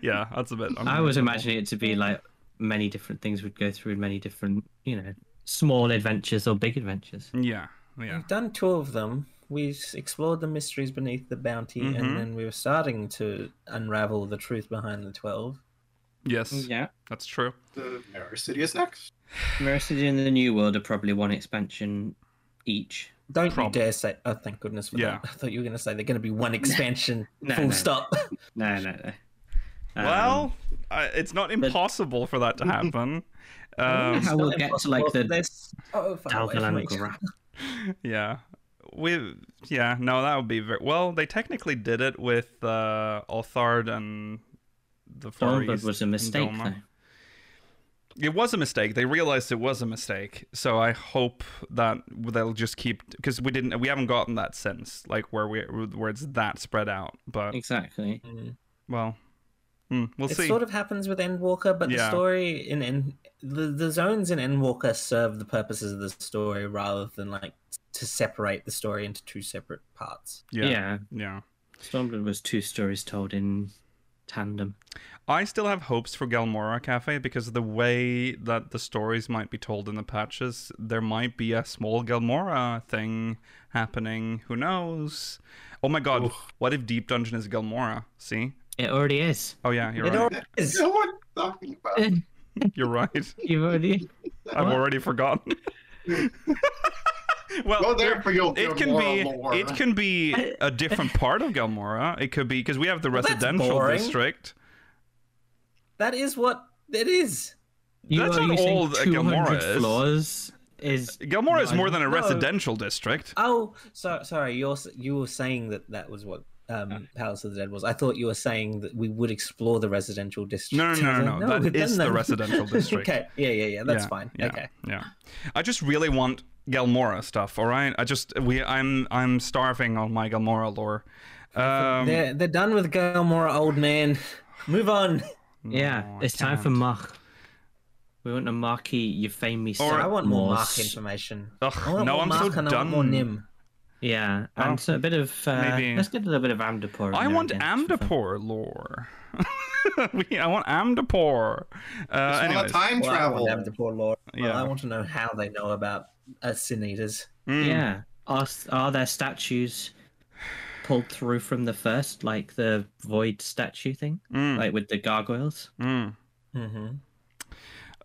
yeah, that's a bit. I was imagining it to be like many different things would go through in many different, you know, small adventures or big adventures. Yeah, yeah. We've done two of them. We've explored the mysteries beneath the bounty, Mm-hmm. and then we were starting to unravel the truth behind the 12. Yes, Yeah. that's true. The Mirror City is next. Mirror City and the New World are probably one expansion each. Don't Prob- you dare say, oh, thank goodness for Yeah. that. [LAUGHS] I thought you were going to say they're going to be one expansion, No, full no. stop. No, no, no. Um, well, uh, it's not impossible for [LAUGHS] that to happen. Um, how we'll get to like Well, the there's- oh, far away from Dalgalan each- Grap. Yeah. We yeah, no, that would be very well, they technically did it with uh Althard and the Far Thornbud East was a and mistake, Doma. though. It was a mistake. They realized it was a mistake. So I hope that they'll just keep because we didn't we haven't gotten that since like where we where it's that spread out. But Exactly. well, hmm, we'll It see. sort of happens with Endwalker, but Yeah. the story in End, the, the zones in Endwalker serve the purposes of the story rather than like to separate the story into two separate parts. yeah, Yeah. yeah. Stormblood was two stories told in tandem. I still have hopes for Galmora Cafe because the way that the stories might be told in the patches, there might be a small Galmora thing happening. Who knows? Oh my god, what if Deep Dungeon is Galmora? See? It [LAUGHS] already is. Oh yeah, you're It right. already is. You know what I'm talking about? You're [LAUGHS] right. You've already. I've already forgotten. [LAUGHS] well, Go there there- for your, your It can moral be. lore. It can uh, be a different part of Galmora. It could be because we have the that's residential boring. district. That is what it is. You That's are not using all that 200 Gamora is. floors is Galmora is more than a No. residential district. Oh, so sorry. You're s- you were saying that that was what um, Palace of the Dead was. I thought you were saying that we would explore the residential district. No, no, no, I was no, like, no, that we've is done the [LAUGHS] residential district. okay. Yeah, yeah, yeah. That's Yeah, fine. yeah, Okay. Yeah. I just really want Galmora stuff, all right? I just we I'm I'm starving on my Galmora lore. Um they're they're done with Galmora, old man. Move on. Yeah, No, I it's time for can't. Mach. We want to Marky you fame me Or- I want more Mars. Mark information. Ugh, I want no, more I'm Mark so and I want more done. Nim. Yeah, and Oh, so a bit of uh, maybe- let's get a little bit of Amdapur. in I there want again, just for fun. Amdapur lore. [LAUGHS] we, I want Amdapur. Uh, It's not anyways, time Well, I travel. want them to poor Laura. Well, Yeah. I want to know how they know about uh, us Sin Eaters. Mm, Yeah, are s- are there statues pulled through from the first, like the void statue thing, mm, like with the gargoyles? mm. Mm-hmm.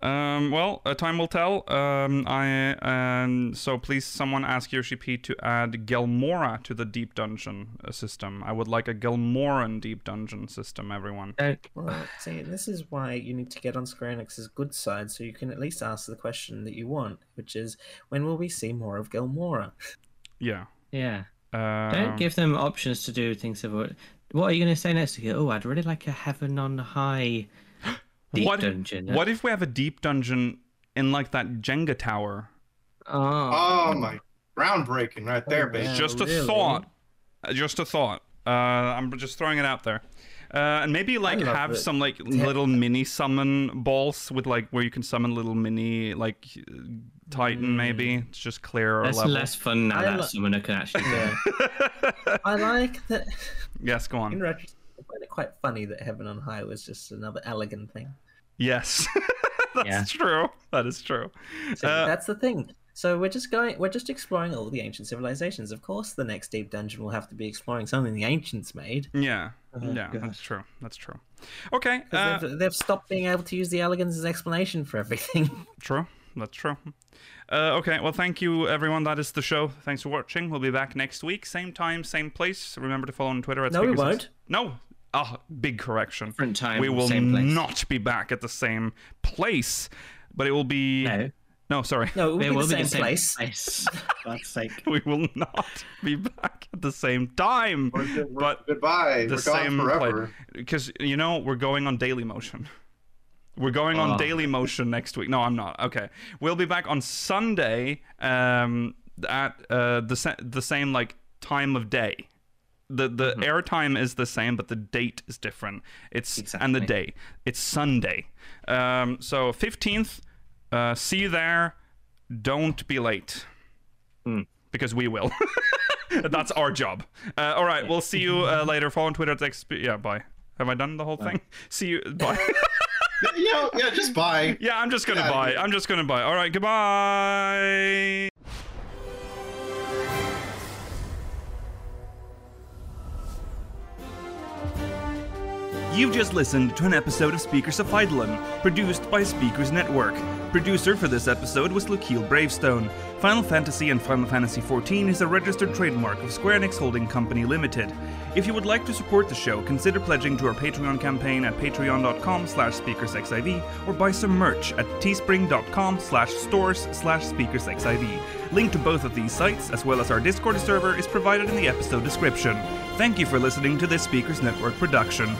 Um, well, uh, time will tell. Um, I um, so please someone ask Yoshi P to add Gelmora to the deep dungeon uh, system. I would like a Gelmoran deep dungeon system, everyone. Don't- Right. See, this is why you need to get on Square Enix's good side so you can at least ask the question that you want, which is when will we see more of Gilmora? Yeah. yeah. Um, Don't give them options to do things. Similar. What are you going to say next? You go, Oh, I'd really like a heaven on high deep what, dungeon. eh? What if we have a deep dungeon in like that Jenga tower? Oh, Oh my, groundbreaking Oh, right there, baby. Yeah, just a really? thought. Uh, Just a thought. Uh, I'm just throwing it out there. Uh, and maybe like love have it. some like little mini summon balls with like where you can summon little mini like Titan maybe. It's just clear or Mm. that's level. less fun now I that lo- summoner can actually. [LAUGHS] do it. Yeah. [LAUGHS] I like that. Yes, go In on. retrospect, I find it quite funny that Heaven on High was just another elegant thing. Yes. [LAUGHS] That's Yeah. true. That is true. So Uh, that's the thing. So we're just going, we're just exploring all the ancient civilizations. Of course, the next deep dungeon will have to be exploring something the ancients made. Yeah. Oh, yeah, that's true. That's true. Okay. 'Cause uh, they've, they've stopped being able to use the elegance as explanation for everything. [LAUGHS] True. That's true. Uh, okay, well, thank you, everyone. That is the show. Thanks for watching. We'll be back next week, same time, same place. Remember to follow on Twitter at No, we Speakers won't. No. Ah, big correction. Different time, We will same place. not be back at the same place, but it will be. No, No, sorry. [LAUGHS] No, it will they be will the same place. place. God's sake. We will not be back at the same time, but Goodbye. the We're same gone forever. place. Because you know we're going on Daily Motion. We're going on Oh. Daily Motion next week. No, I'm not. Okay, we'll be back on Sunday um, at uh, the sa- the same like time of day. The the air time is the same, but the date is different. It's and the day. It's Sunday. Um, so 15th. Uh, see you there. Don't be late because we will. [LAUGHS] That's our job. Uh, all right, we'll see you uh, later. Follow on Twitter at XP. Yeah, bye. Have I done the whole thing? [LAUGHS] See you. Bye. yeah, yeah, just bye. [LAUGHS] yeah, I'm just gonna Yeah, buy. dude. I'm just gonna buy. All right, goodbye. You've just listened to an episode of Speakers of Eidolon, produced by Speakers Network. Producer for this episode was Lucille Bravestone. Final Fantasy and Final Fantasy XIV is a registered trademark of Square Enix Holding Company Limited. If you would like to support the show, consider pledging to our Patreon campaign at patreon.com slash speakersxiv or buy some merch at teespring.com slash stores slash speakersxiv. Link to both of these sites, as well as our Discord server, is provided in the episode description. Thank you for listening to this Speakers Network production.